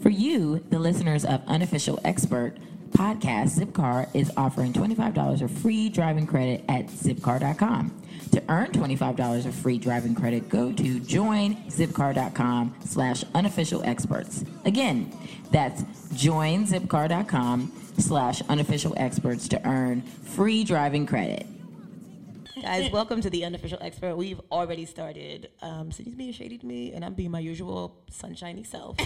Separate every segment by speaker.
Speaker 1: For you, the listeners of Unofficial Expert Podcast, Zipcar is offering $25 of free driving credit at zipcar.com. To earn $25 of free driving credit, go to joinzipcar.com slash unofficial experts. Again, that's joinzipcar.com slash unofficial experts to earn free driving credit.
Speaker 2: Guys, welcome to the unofficial expert. We've already started. Um, Sydney's being shady to me, and I'm being my usual sunshiny self.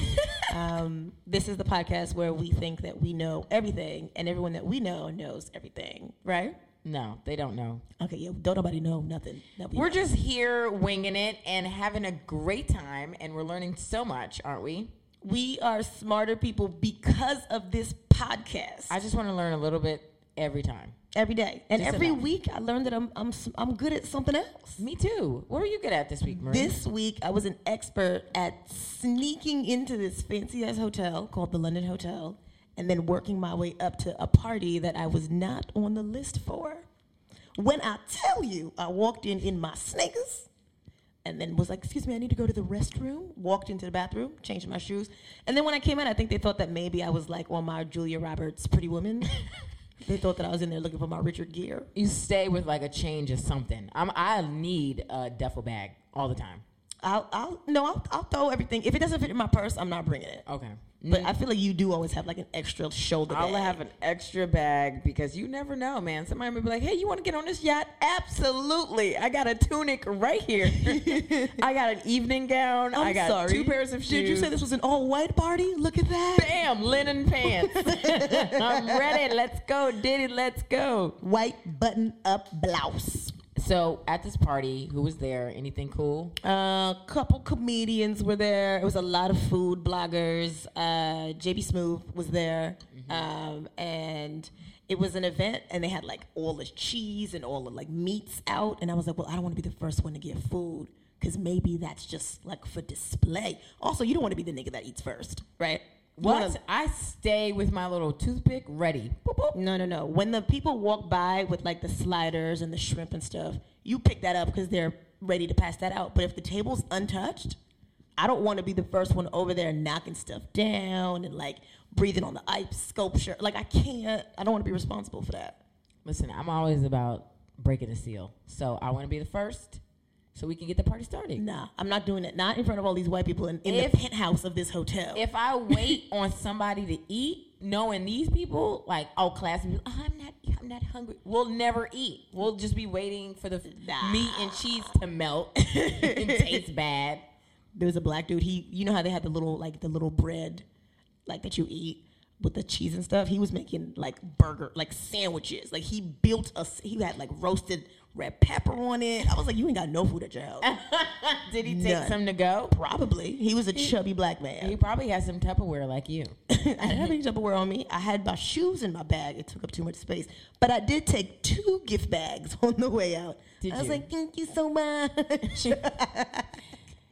Speaker 2: um, this is the podcast where we think that we know everything, and everyone that we know knows everything, right?
Speaker 1: No, they don't know.
Speaker 2: Okay, yeah, don't nobody know nothing. That we
Speaker 1: We're
Speaker 2: know.
Speaker 1: just here winging it and having a great time, and we're learning so much, aren't we?
Speaker 2: we are smarter people because of this podcast.
Speaker 1: I just want to learn a little bit every time.
Speaker 2: every day and
Speaker 1: Just
Speaker 2: every
Speaker 1: enough.
Speaker 2: week, I learned that I'm I'm s- I'm good at something else.
Speaker 1: Me too. What are you good at this week, Marie?
Speaker 2: This week, I was an expert at sneaking into this fancy ass hotel called the London Hotel and then working my way up to a party that I was not on the list for. When I tell you, I walked in in my sneakers and then was like, Excuse me, I need to go to the restroom. Walked into the bathroom, changed my shoes. And then when I came out, I think they thought that maybe I was like on my Julia Roberts Pretty Woman. they thought that I was in there looking for my Richard Gere.
Speaker 1: you stay with like a change of something. I'm, I need a duffel bag all the time.
Speaker 2: I'll, I'll, no, I'll, I'll throw everything. If it doesn't fit in my purse, I'm not bringing it.
Speaker 1: Okay.
Speaker 2: But
Speaker 1: Mm.
Speaker 2: I feel like you do always have like an extra shoulder.
Speaker 1: I'll
Speaker 2: bag.
Speaker 1: have an extra bag because you never know, man. Somebody may be like, "Hey, you want to get on this yacht?" Absolutely. I got a tunic right here. I got an evening gown.
Speaker 2: I'm
Speaker 1: I got
Speaker 2: sorry.
Speaker 1: two pairs of shoes.
Speaker 2: Did you say this was an all white party? Look at that.
Speaker 1: Bam, linen pants. I'm ready. Let's go, Diddy. Let's go.
Speaker 2: White button up blouse.
Speaker 1: So at this party, who was there? Anything cool?
Speaker 2: A uh, couple comedians were there. It was a lot of food bloggers. Uh, JB Smooth was there. Um, and it was an event, and they had like all the cheese and all the like meats out. And I was like, well, I don't want to be the first one to get food because maybe that's just like for display. Also, you don't want to be the nigga that eats first, right? You
Speaker 1: What?
Speaker 2: wanna-
Speaker 1: I stay with my little toothpick ready. Boop, boop.
Speaker 2: No, no, no. When the people walk by with like the sliders and the shrimp and stuff, you pick that up because they're ready to pass that out. But if the table's untouched, I don't want to be the first one over there knocking stuff down and like breathing on the ice sculpture. Like I can't. I don't want to be responsible for that.
Speaker 1: Listen, I'm always about breaking the seal. So I want to be the first so we can get the party started.
Speaker 2: Nah, I'm not doing it. Not in front of all these white people in, in
Speaker 1: If-
Speaker 2: the penthouse of this hotel.
Speaker 1: If I wait on somebody to eat, knowing these people, like oh class, oh, I'm not I'm not hungry. We'll never eat. We'll just be waiting for the
Speaker 2: Nah.
Speaker 1: meat and cheese to melt and taste bad.
Speaker 2: there was a black dude. He, you know how they had the little like the little bread, like that you eat with the cheese and stuff. He was making like burger, like sandwiches. Like he built a, s- he had like roasted red pepper on it. I was like, you ain't got no food at your house.
Speaker 1: Did he take
Speaker 2: None.
Speaker 1: some to go?
Speaker 2: Probably he was a chubby black man.
Speaker 1: He probably has some Tupperware like you.
Speaker 2: I didn't have any Tupperware on me. I had my shoes in my bag. It took up too much space, but I did take two gift bags on the way out.
Speaker 1: Did
Speaker 2: I was
Speaker 1: you?
Speaker 2: like, thank you so much.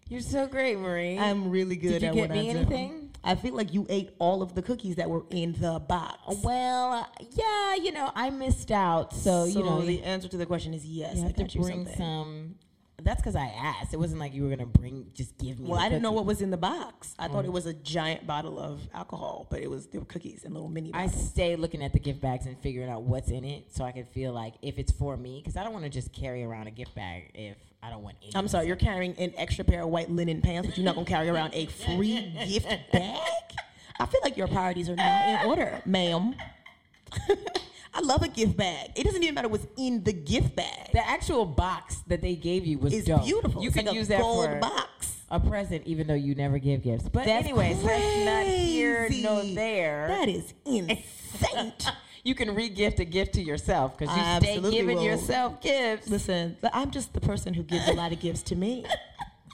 Speaker 1: You're so great, Marie.
Speaker 2: I'm really good.
Speaker 1: you
Speaker 2: at
Speaker 1: get
Speaker 2: what
Speaker 1: me
Speaker 2: I do.
Speaker 1: anything?
Speaker 2: I feel like you ate all of the cookies that were in the box.
Speaker 1: well, yeah, you know, I missed out. So, you know,
Speaker 2: the answer to the question is yes.
Speaker 1: You
Speaker 2: I
Speaker 1: have
Speaker 2: got
Speaker 1: to
Speaker 2: you
Speaker 1: bring
Speaker 2: something.
Speaker 1: some. That's because I asked. It wasn't like you were gonna bring. Just give me.
Speaker 2: Well,
Speaker 1: the
Speaker 2: I didn't know
Speaker 1: cookie.
Speaker 2: what was in the box. I
Speaker 1: Mm.
Speaker 2: thought it was a giant bottle of alcohol, but it was there were cookies and little mini.
Speaker 1: I
Speaker 2: bottles.
Speaker 1: stay looking at the gift bags and figuring out what's in it, so I can feel like if it's for me, because I don't want to just carry around a gift bag if I don't want any.
Speaker 2: I'm sorry, you're carrying an extra pair of white linen pants, but you're not gonna carry around a free gift bag. I feel like your priorities are not in order, ma'am. I love a gift bag. It doesn't even matter what's in the gift bag.
Speaker 1: The actual box that they gave you was
Speaker 2: It's
Speaker 1: dope.
Speaker 2: beautiful.
Speaker 1: You
Speaker 2: It's
Speaker 1: can
Speaker 2: like a
Speaker 1: use that
Speaker 2: gold
Speaker 1: for
Speaker 2: box.
Speaker 1: a present, even though you never give gifts. But
Speaker 2: That's
Speaker 1: anyways, that's not here nor
Speaker 2: crazy.
Speaker 1: there.
Speaker 2: That is insane.
Speaker 1: you can re-gift a gift to yourself because you
Speaker 2: I
Speaker 1: stay
Speaker 2: absolutely
Speaker 1: giving
Speaker 2: will.
Speaker 1: yourself gifts.
Speaker 2: Listen, I'm just the person who gives a lot of gifts to me.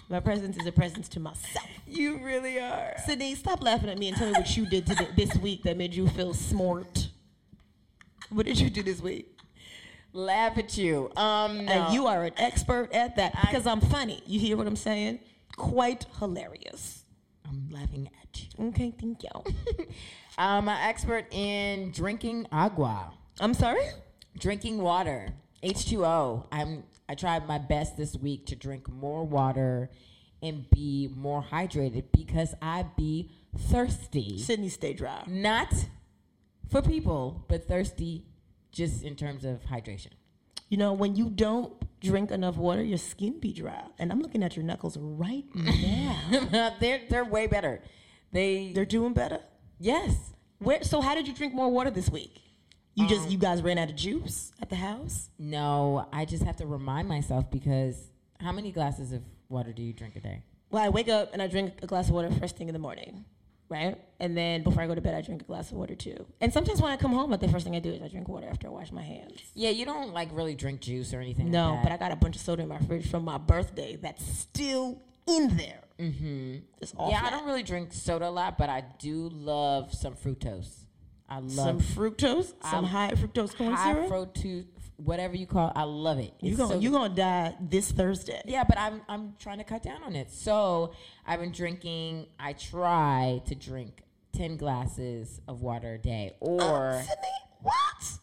Speaker 2: My presence is a presence to myself.
Speaker 1: You really are.
Speaker 2: Sydney, stop laughing at me and tell me what you did to th- this week that made you feel smart. What did you do this week?
Speaker 1: Laugh at you. Um, no.
Speaker 2: And you are an expert at that because I'm funny. You hear what I'm saying? Quite hilarious.
Speaker 1: I'm laughing at you.
Speaker 2: Okay, thank you.
Speaker 1: I'm an expert in drinking agua,
Speaker 2: I'm sorry?
Speaker 1: drinking water, H2O. I'm. I tried my best this week to drink more water and be more hydrated because I be thirsty.
Speaker 2: Sydney, stay dry.
Speaker 1: Not for people, but thirsty just in terms of hydration.
Speaker 2: You know, when you don't drink enough water, your skin be dry. And I'm looking at your knuckles right now.
Speaker 1: they're they're way better. They
Speaker 2: They're doing better.
Speaker 1: yes.
Speaker 2: Where, so how did you drink more water this week? You
Speaker 1: Um,
Speaker 2: just you guys ran out of juice at the house?
Speaker 1: No, I just have to remind myself because how many glasses of water do you drink a day?
Speaker 2: Well, I wake up and I drink a glass of water first thing in the morning, right? And then before I go to bed, I drink a glass of water too. And sometimes when I come home, like the first thing I do is I drink water after I wash my hands.
Speaker 1: Yeah, you don't like really drink juice or anything.
Speaker 2: No,
Speaker 1: like
Speaker 2: but I
Speaker 1: that.
Speaker 2: got a bunch of soda in my fridge from my birthday that's still in there. Mm-hmm. It's all
Speaker 1: yeah, I
Speaker 2: flat.
Speaker 1: don't really drink soda a lot, but I do love some fructose. I
Speaker 2: some
Speaker 1: love
Speaker 2: fructose, some high fructose corn
Speaker 1: high
Speaker 2: syrup.
Speaker 1: fructose, whatever you call. it. I love it.
Speaker 2: you
Speaker 1: It's
Speaker 2: gonna
Speaker 1: so
Speaker 2: you gonna die this Thursday.
Speaker 1: Yeah, but I'm I'm trying to cut down on it. So I've been drinking. I try to drink ten glasses of water a day, or
Speaker 2: Sydney, what?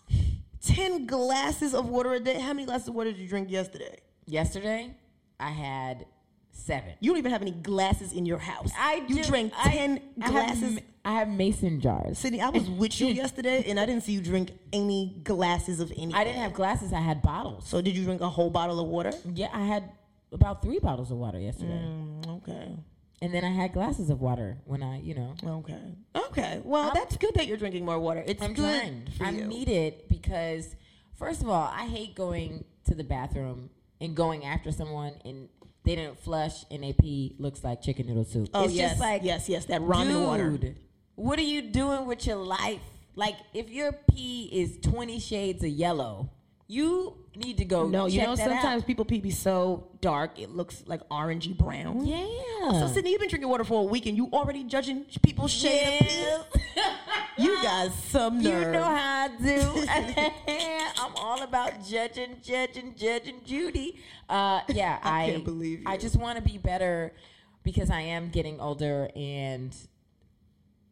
Speaker 2: Ten glasses of water a day. How many glasses of water did you drink yesterday?
Speaker 1: yesterday I had seven.
Speaker 2: You don't even have any glasses in your house. you
Speaker 1: just-
Speaker 2: drank
Speaker 1: I-
Speaker 2: ten
Speaker 1: I have
Speaker 2: glasses.
Speaker 1: ma- I have mason jars.
Speaker 2: Sydney, I was with you yesterday, and I didn't see you drink any glasses of anything.
Speaker 1: I didn't have glasses. I had bottles.
Speaker 2: So did you drink a whole bottle of water?
Speaker 1: Yeah, I had about three bottles of water yesterday,
Speaker 2: Mm.
Speaker 1: Mm,
Speaker 2: Okay.
Speaker 1: and then I had glasses of water when I, you know,
Speaker 2: Okay. Okay. Well, that's good that you're drinking more water. It's
Speaker 1: I'm
Speaker 2: good
Speaker 1: trying.
Speaker 2: for
Speaker 1: I
Speaker 2: you.
Speaker 1: need it because, first of all, I hate going to the bathroom and going after someone and they didn't flush and they pee looks like chicken noodle soup.
Speaker 2: oh
Speaker 1: it's
Speaker 2: yes,
Speaker 1: just like
Speaker 2: yes, yes. That ramen
Speaker 1: dude,
Speaker 2: water.
Speaker 1: What are you doing with your life? Like, if your pee is 20 shades of yellow, you need to go.
Speaker 2: No, you
Speaker 1: check
Speaker 2: know
Speaker 1: that out.
Speaker 2: sometimes people pee be so dark it looks like orangey brown.
Speaker 1: Yeah.
Speaker 2: So Sydney, you've been drinking water for a week and you already judging people's shade of pee. You guys, some
Speaker 1: You
Speaker 2: nerve.
Speaker 1: know how I do. I'm all about judging, judging, judging Judy. Uh, yeah, I,
Speaker 2: can't believe
Speaker 1: I
Speaker 2: you.
Speaker 1: just want to be better because I am getting older and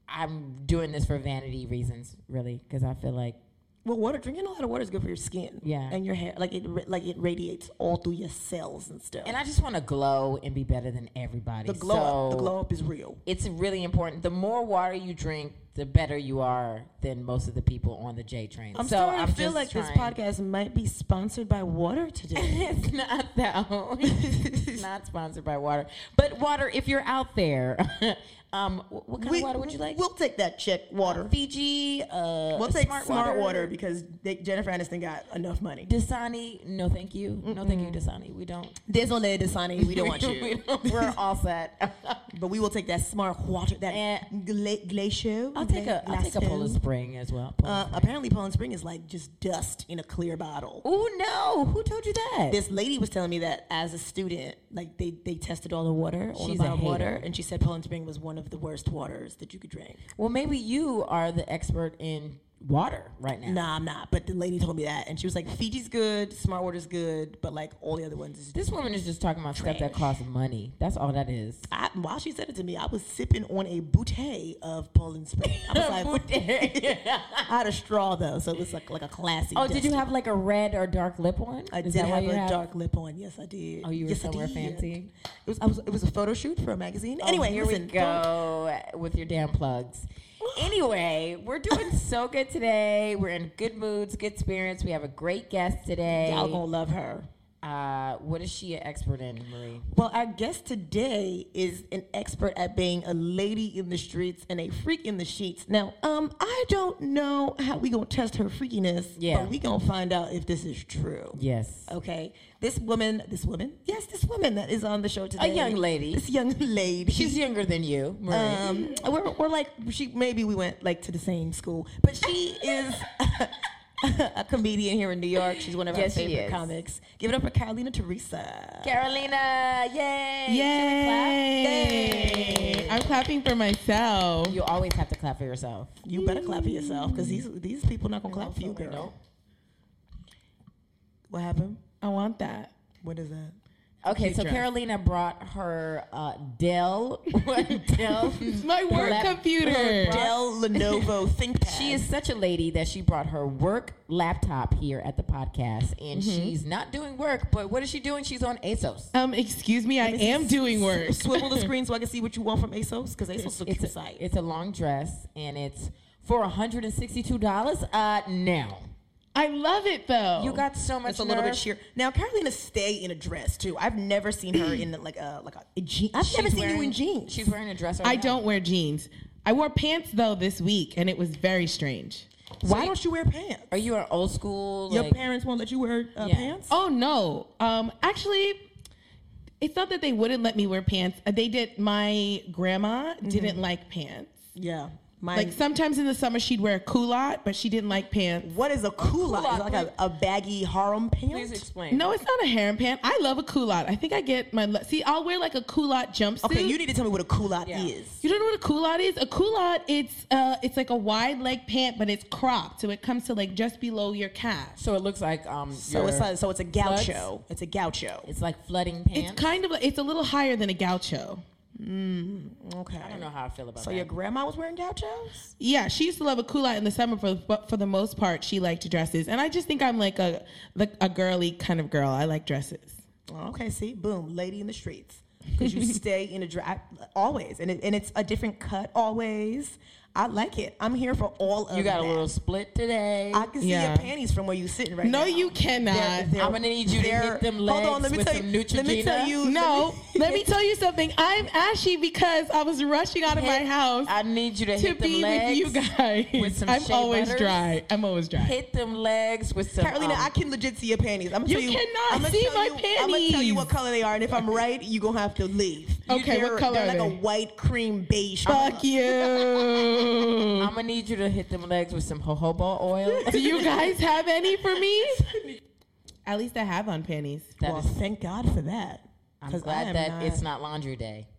Speaker 1: I'm doing this for vanity reasons, really, because I feel like
Speaker 2: Well, water drinking a lot of water is good for your skin.
Speaker 1: Yeah.
Speaker 2: and your hair, like it, ra- like it radiates all through your cells and stuff.
Speaker 1: and I just want to glow and be better than everybody.
Speaker 2: the glow up, the
Speaker 1: So
Speaker 2: glow up is real.
Speaker 1: It's really important. The more water you drink, the better you are than most of the people on the J train.
Speaker 2: I'm
Speaker 1: so
Speaker 2: sorry,
Speaker 1: I'm
Speaker 2: I feel
Speaker 1: just
Speaker 2: like this
Speaker 1: trying-
Speaker 2: podcast might be sponsored by water today.
Speaker 1: It's not though. it's not sponsored by water. But water, if you're out there, um, wh- what kind
Speaker 2: We-
Speaker 1: of water would you like?
Speaker 2: We'll take that check water.
Speaker 1: Fiji, uh,
Speaker 2: We'll take smart, water. because they, Jennifer Aniston got enough money.
Speaker 1: Dasani, no thank you, no thank you, Dasani. We don't.
Speaker 2: Désolé, Dasani, we don't want
Speaker 1: we
Speaker 2: you.
Speaker 1: don't we're all set.
Speaker 2: but we will take that smart water, that
Speaker 1: And-
Speaker 2: gla- glacier.
Speaker 1: Eh. I'll take a I'll take a
Speaker 2: glacier.
Speaker 1: Polar Spring as well. Polar
Speaker 2: Uh,
Speaker 1: Spring.
Speaker 2: apparently, Poland Spring is like just dust in a clear bottle.
Speaker 1: Ooh, no! Who told you that?
Speaker 2: This lady was telling me that as a student, like they, they tested all the water, all
Speaker 1: She's
Speaker 2: the
Speaker 1: a
Speaker 2: bottled
Speaker 1: hater.
Speaker 2: water, and she said Poland Spring was one of the worst waters that you could drink.
Speaker 1: well, maybe you are the expert in water right now.
Speaker 2: Nah, I'm not. But the lady told me that, and she was like, Fiji's good, smart water's good, but like all the other ones is.
Speaker 1: This woman is just talking about stuff that
Speaker 2: Trash.
Speaker 1: costs money. That's all that is.
Speaker 2: I, while she said it to me, I was sipping on a bouteille of Poland Spring. I was like, I had a straw though, so it was like like a classy.
Speaker 1: Oh, did you
Speaker 2: dusty.
Speaker 1: have like a red or dark lip one?
Speaker 2: I
Speaker 1: Is
Speaker 2: did
Speaker 1: that why
Speaker 2: have
Speaker 1: you
Speaker 2: a
Speaker 1: have-
Speaker 2: dark lip on. Yes, I did.
Speaker 1: Oh, you were
Speaker 2: yes, I
Speaker 1: somewhere
Speaker 2: did.
Speaker 1: fancy. Oh,
Speaker 2: It was, I was. It was a photo shoot for a magazine. anyway,
Speaker 1: here
Speaker 2: listen,
Speaker 1: we
Speaker 2: don't-
Speaker 1: go with your damn plugs. Anyway, we're doing so good today. We're in good moods, good spirits. We have a great guest today.
Speaker 2: Y'all gonna love her.
Speaker 1: Uh, what is she an expert in, Marie?
Speaker 2: Well, our guest today is an expert at being a lady in the streets and a freak in the sheets. Now, um, I don't know how we gonna test her freakiness,
Speaker 1: Yeah.
Speaker 2: but we gonna find out if this is true.
Speaker 1: Yes.
Speaker 2: Okay. This woman, this woman, yes, this woman that is on the show today,
Speaker 1: young lady.
Speaker 2: This young lady.
Speaker 1: She's younger than you, Marie.
Speaker 2: um, we're, we're like she maybe we went like to the same school, but she is a comedian here in New York. She's one of
Speaker 1: Yes,
Speaker 2: our
Speaker 1: she
Speaker 2: favorite
Speaker 1: is.
Speaker 2: comics. Give it up for Carolina Teresa.
Speaker 1: Carolina, yay! Yay!
Speaker 3: Yay! I'm clapping for myself.
Speaker 1: You always have to clap for yourself.
Speaker 2: You better clap for yourself because these these people not gonna clap for you,
Speaker 1: Someone
Speaker 2: girl. What happened?
Speaker 3: I want that.
Speaker 2: What is that?
Speaker 1: don't. Okay, so
Speaker 3: dress.
Speaker 1: Carolina brought her uh, Dell. Dell.
Speaker 3: My work
Speaker 1: Lap-
Speaker 3: computer.
Speaker 2: Dell Lenovo ThinkPad.
Speaker 1: She is such a lady that she brought her work laptop here at the podcast, and she's not doing work. But what is she doing? She's on ASOS.
Speaker 3: Um, excuse me, I am doing work.
Speaker 2: Swivel the screen so I can see what you want from ASOS because ASOS looks
Speaker 1: It's a,
Speaker 2: site.
Speaker 1: it's a long dress, and it's for 162 dollars. Uh, now
Speaker 3: I love it though.
Speaker 1: you got so much.
Speaker 2: It's a little bit
Speaker 1: nerve.
Speaker 2: sheer. Now Carolina stay in a dress too. I've never seen her in like a like a, jeans. I've never
Speaker 1: She's
Speaker 2: seen you
Speaker 1: wearing-
Speaker 2: in jeans.
Speaker 1: She's wearing a dress. Right
Speaker 3: I
Speaker 1: now.
Speaker 3: don't wear jeans. I wore pants though this week, and it was very strange.
Speaker 2: Why don't you wear pants?
Speaker 1: Are you an old school?
Speaker 2: Your
Speaker 1: like-
Speaker 2: parents won't let you wear uh,
Speaker 1: Yeah.
Speaker 2: pants.
Speaker 3: Oh no. Um, actually, it's not that they wouldn't let me wear pants. Uh, They did. My grandma
Speaker 1: Mm-hmm.
Speaker 3: didn't like pants.
Speaker 2: yeah. Mine,
Speaker 3: Like sometimes in the summer she'd wear a culotte, but she didn't like pants.
Speaker 2: what is a culotte? Is it like a, a baggy harem pant?
Speaker 4: Please explain.
Speaker 3: No, it's not a harem pant. I love a culotte. I think I get my le- see. I'll wear like a culotte jumpsuit.
Speaker 2: Okay, you need to tell me what a culotte is.
Speaker 3: You don't know what a culotte is? A culotte, it's uh, it's like a wide leg pant, but it's cropped, so it comes to like just below your calf.
Speaker 1: So it looks like um.
Speaker 2: So
Speaker 1: your-
Speaker 2: it's like, so it's a gaucho.
Speaker 1: Slugs?
Speaker 2: It's a gaucho.
Speaker 1: it's like flooding pants.
Speaker 3: It's kind of like it's a little higher than a gaucho.
Speaker 2: Okay.
Speaker 1: I don't know how I feel about
Speaker 2: So
Speaker 1: that.
Speaker 2: your grandma was wearing gauchos?
Speaker 3: Yeah, she used to love a culotte in the summer, for but for the most part, she liked dresses. And I just think I'm like a like a girly kind of girl. I like dresses.
Speaker 2: Okay, see, boom, lady in the streets. Because you stay in a dress always, and it, and it's a different cut always. I like it. I'm here for all of
Speaker 1: you got a
Speaker 2: that.
Speaker 1: little split today.
Speaker 2: I can see
Speaker 3: Yeah.
Speaker 2: your panties from where you sitting right now.
Speaker 3: No, you cannot.
Speaker 2: They're-
Speaker 1: Uh, I'm gonna need you to
Speaker 2: they're-
Speaker 1: hit them legs with some
Speaker 2: you. Let me tell
Speaker 1: Neutrogena.
Speaker 2: you.
Speaker 3: no, let me tell you something. I'm ashy because I was rushing out of my house
Speaker 1: I need you to,
Speaker 3: to
Speaker 1: hit them
Speaker 3: be with
Speaker 1: legs
Speaker 3: you guys.
Speaker 1: with some
Speaker 3: I'm
Speaker 1: shea
Speaker 3: always
Speaker 1: butters.
Speaker 3: dry. I'm always dry.
Speaker 1: Hit them legs with some.
Speaker 2: Carolina,
Speaker 1: um,
Speaker 2: I can legit see your panties. I'm gonna
Speaker 3: You
Speaker 2: tell you
Speaker 3: cannot
Speaker 2: I'ma
Speaker 3: see
Speaker 2: tell
Speaker 3: my
Speaker 2: I'm gonna tell you what
Speaker 3: panties.
Speaker 2: color they are, and if I'm right, you gonna have to leave. You-
Speaker 3: Okay, what
Speaker 2: they're-
Speaker 3: color
Speaker 2: They're
Speaker 3: are
Speaker 2: like a
Speaker 3: they?
Speaker 2: white cream beige. color.
Speaker 3: Fuck you.
Speaker 1: I'm gonna need you to hit them legs with some jojoba oil.
Speaker 3: Do you guys have any for me? At least I have on panties.
Speaker 1: That
Speaker 2: well,
Speaker 1: is-
Speaker 2: thank God for that.
Speaker 1: I'm
Speaker 2: 'cause I am
Speaker 1: glad that it's not laundry day.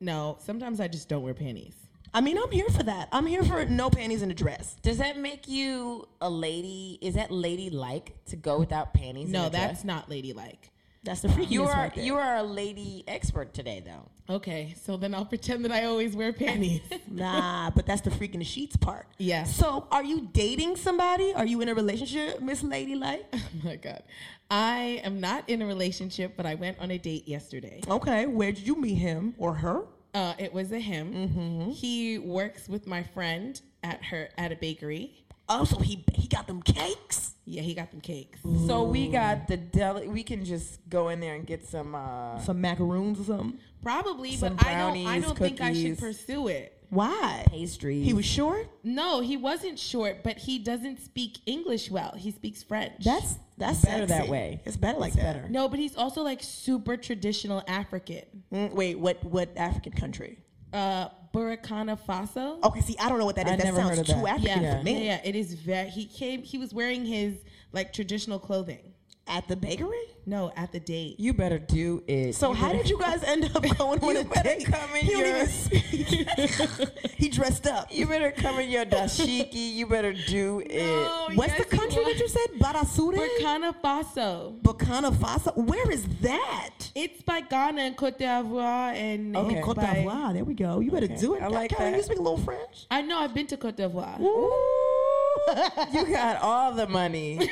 Speaker 3: No, sometimes I just don't wear panties.
Speaker 2: I mean, I'm here for that. I'm here for no panties and a dress.
Speaker 1: Does that make you a lady? Is that lady like to go without panties? and
Speaker 3: No,
Speaker 1: a dress?
Speaker 3: that's not ladylike.
Speaker 2: That's the freakiness
Speaker 1: you are
Speaker 2: right there.
Speaker 1: you are a lady expert today though.
Speaker 3: Okay, so then I'll pretend that I always wear panties.
Speaker 2: nah, but that's the freaking the sheets part.
Speaker 3: Yeah.
Speaker 2: So, are you dating somebody? Are you in a relationship, Miss Ladylike?
Speaker 3: oh my god. I am not in a relationship, but I went on a date yesterday.
Speaker 2: Okay, where did you meet him or her?
Speaker 3: Uh, it was a him.
Speaker 1: Mm-hmm.
Speaker 3: He works with my friend at her at a bakery.
Speaker 2: Oh, so he he got them cakes.
Speaker 3: Yeah, he got them cakes.
Speaker 1: So we got the deli. We can just go in there and get some. Uh,
Speaker 2: Some macaroons or something.
Speaker 3: Probably,
Speaker 1: Some
Speaker 3: but I don't I
Speaker 1: brownies,
Speaker 3: don't think I should
Speaker 1: cookies.
Speaker 3: pursue it.
Speaker 2: Why?
Speaker 1: pastries.
Speaker 2: He was short.
Speaker 3: No, he wasn't short, but he doesn't speak English well. He speaks French.
Speaker 2: That's that's
Speaker 1: Better
Speaker 2: sexy.
Speaker 1: that way.
Speaker 2: It's better like
Speaker 1: It's
Speaker 2: that.
Speaker 1: better.
Speaker 3: no, but he's also like super traditional African.
Speaker 2: Mm, wait, what what African country?
Speaker 3: Uh Burkina Faso.
Speaker 2: Okay, see, I don't know what that is.
Speaker 1: I
Speaker 2: that
Speaker 1: never
Speaker 2: sounds
Speaker 1: heard of
Speaker 2: too
Speaker 1: that.
Speaker 2: African
Speaker 3: yeah.
Speaker 2: for
Speaker 3: yeah,
Speaker 2: me.
Speaker 3: yeah, it is very he came he was wearing his like traditional clothing.
Speaker 2: At the bakery.
Speaker 3: No, at the date.
Speaker 1: you better do it.
Speaker 2: So how did you guys end up going on a date?
Speaker 1: come in
Speaker 2: he don't
Speaker 1: your-
Speaker 2: even speak. he dressed up.
Speaker 1: You better cover your dashiki. You better do it.
Speaker 2: What's the country that you said? Barasure.
Speaker 3: Burkina Faso.
Speaker 2: Burkina Faso. Where is that?
Speaker 3: It's by Ghana and Cote d'Ivoire and
Speaker 2: Oh,
Speaker 3: and
Speaker 2: Cote
Speaker 3: by-
Speaker 2: d'Ivoire. There we go. You better do it.
Speaker 1: I like
Speaker 2: Karen,
Speaker 1: that.
Speaker 2: you speak a little French.
Speaker 3: I know I've been to Cote d'Ivoire.
Speaker 1: You got all the money,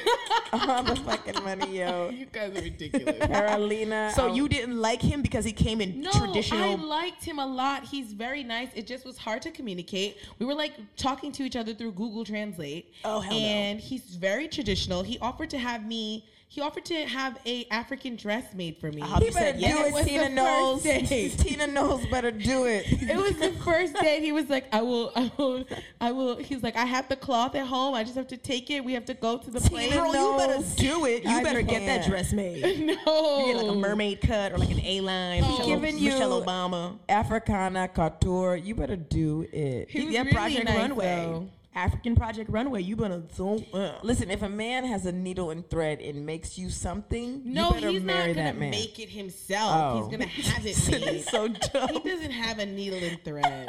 Speaker 1: all the fucking money, yo.
Speaker 3: You guys are ridiculous.
Speaker 1: Carolina.
Speaker 2: So
Speaker 1: I-
Speaker 2: you didn't like him because he came in
Speaker 3: No, I
Speaker 2: traditional.
Speaker 3: liked him a lot. He's very nice. It just was hard to communicate. We were like talking to each other through Google Translate.
Speaker 2: Oh, hell no.
Speaker 3: And he's very traditional. He offered to have me He offered to have a African dress made for me.
Speaker 2: He better do
Speaker 1: yes. It was
Speaker 2: it. Tina
Speaker 1: the
Speaker 2: knows.
Speaker 1: first date.
Speaker 2: Tina knows better do it.
Speaker 3: It was the first day. and He was like, "I will, I will, I will." He's like, "I have the cloth at home. I just have to take it. We have to go to the place."
Speaker 2: Girl, you better
Speaker 1: knows.
Speaker 2: do it. You
Speaker 1: I
Speaker 2: better get
Speaker 1: can't.
Speaker 2: that dress made. You
Speaker 3: No,
Speaker 2: get like a mermaid cut or like an A line.
Speaker 3: He
Speaker 1: Mm. giving you-
Speaker 2: Michelle Obama.
Speaker 1: Africana couture. You better do it.
Speaker 3: He was
Speaker 2: yeah,
Speaker 3: really
Speaker 2: Project
Speaker 3: nice,
Speaker 2: Runway.
Speaker 3: though.
Speaker 2: African Project Runway. You better do it.
Speaker 1: Listen, if a man has a needle and thread and makes you something,
Speaker 3: No,
Speaker 1: you better
Speaker 3: he's
Speaker 1: marry
Speaker 3: not gonna
Speaker 1: that man.
Speaker 3: make it himself.
Speaker 1: Oh.
Speaker 3: He's gonna have it made.
Speaker 1: so dumb.
Speaker 3: he doesn't have a needle and thread.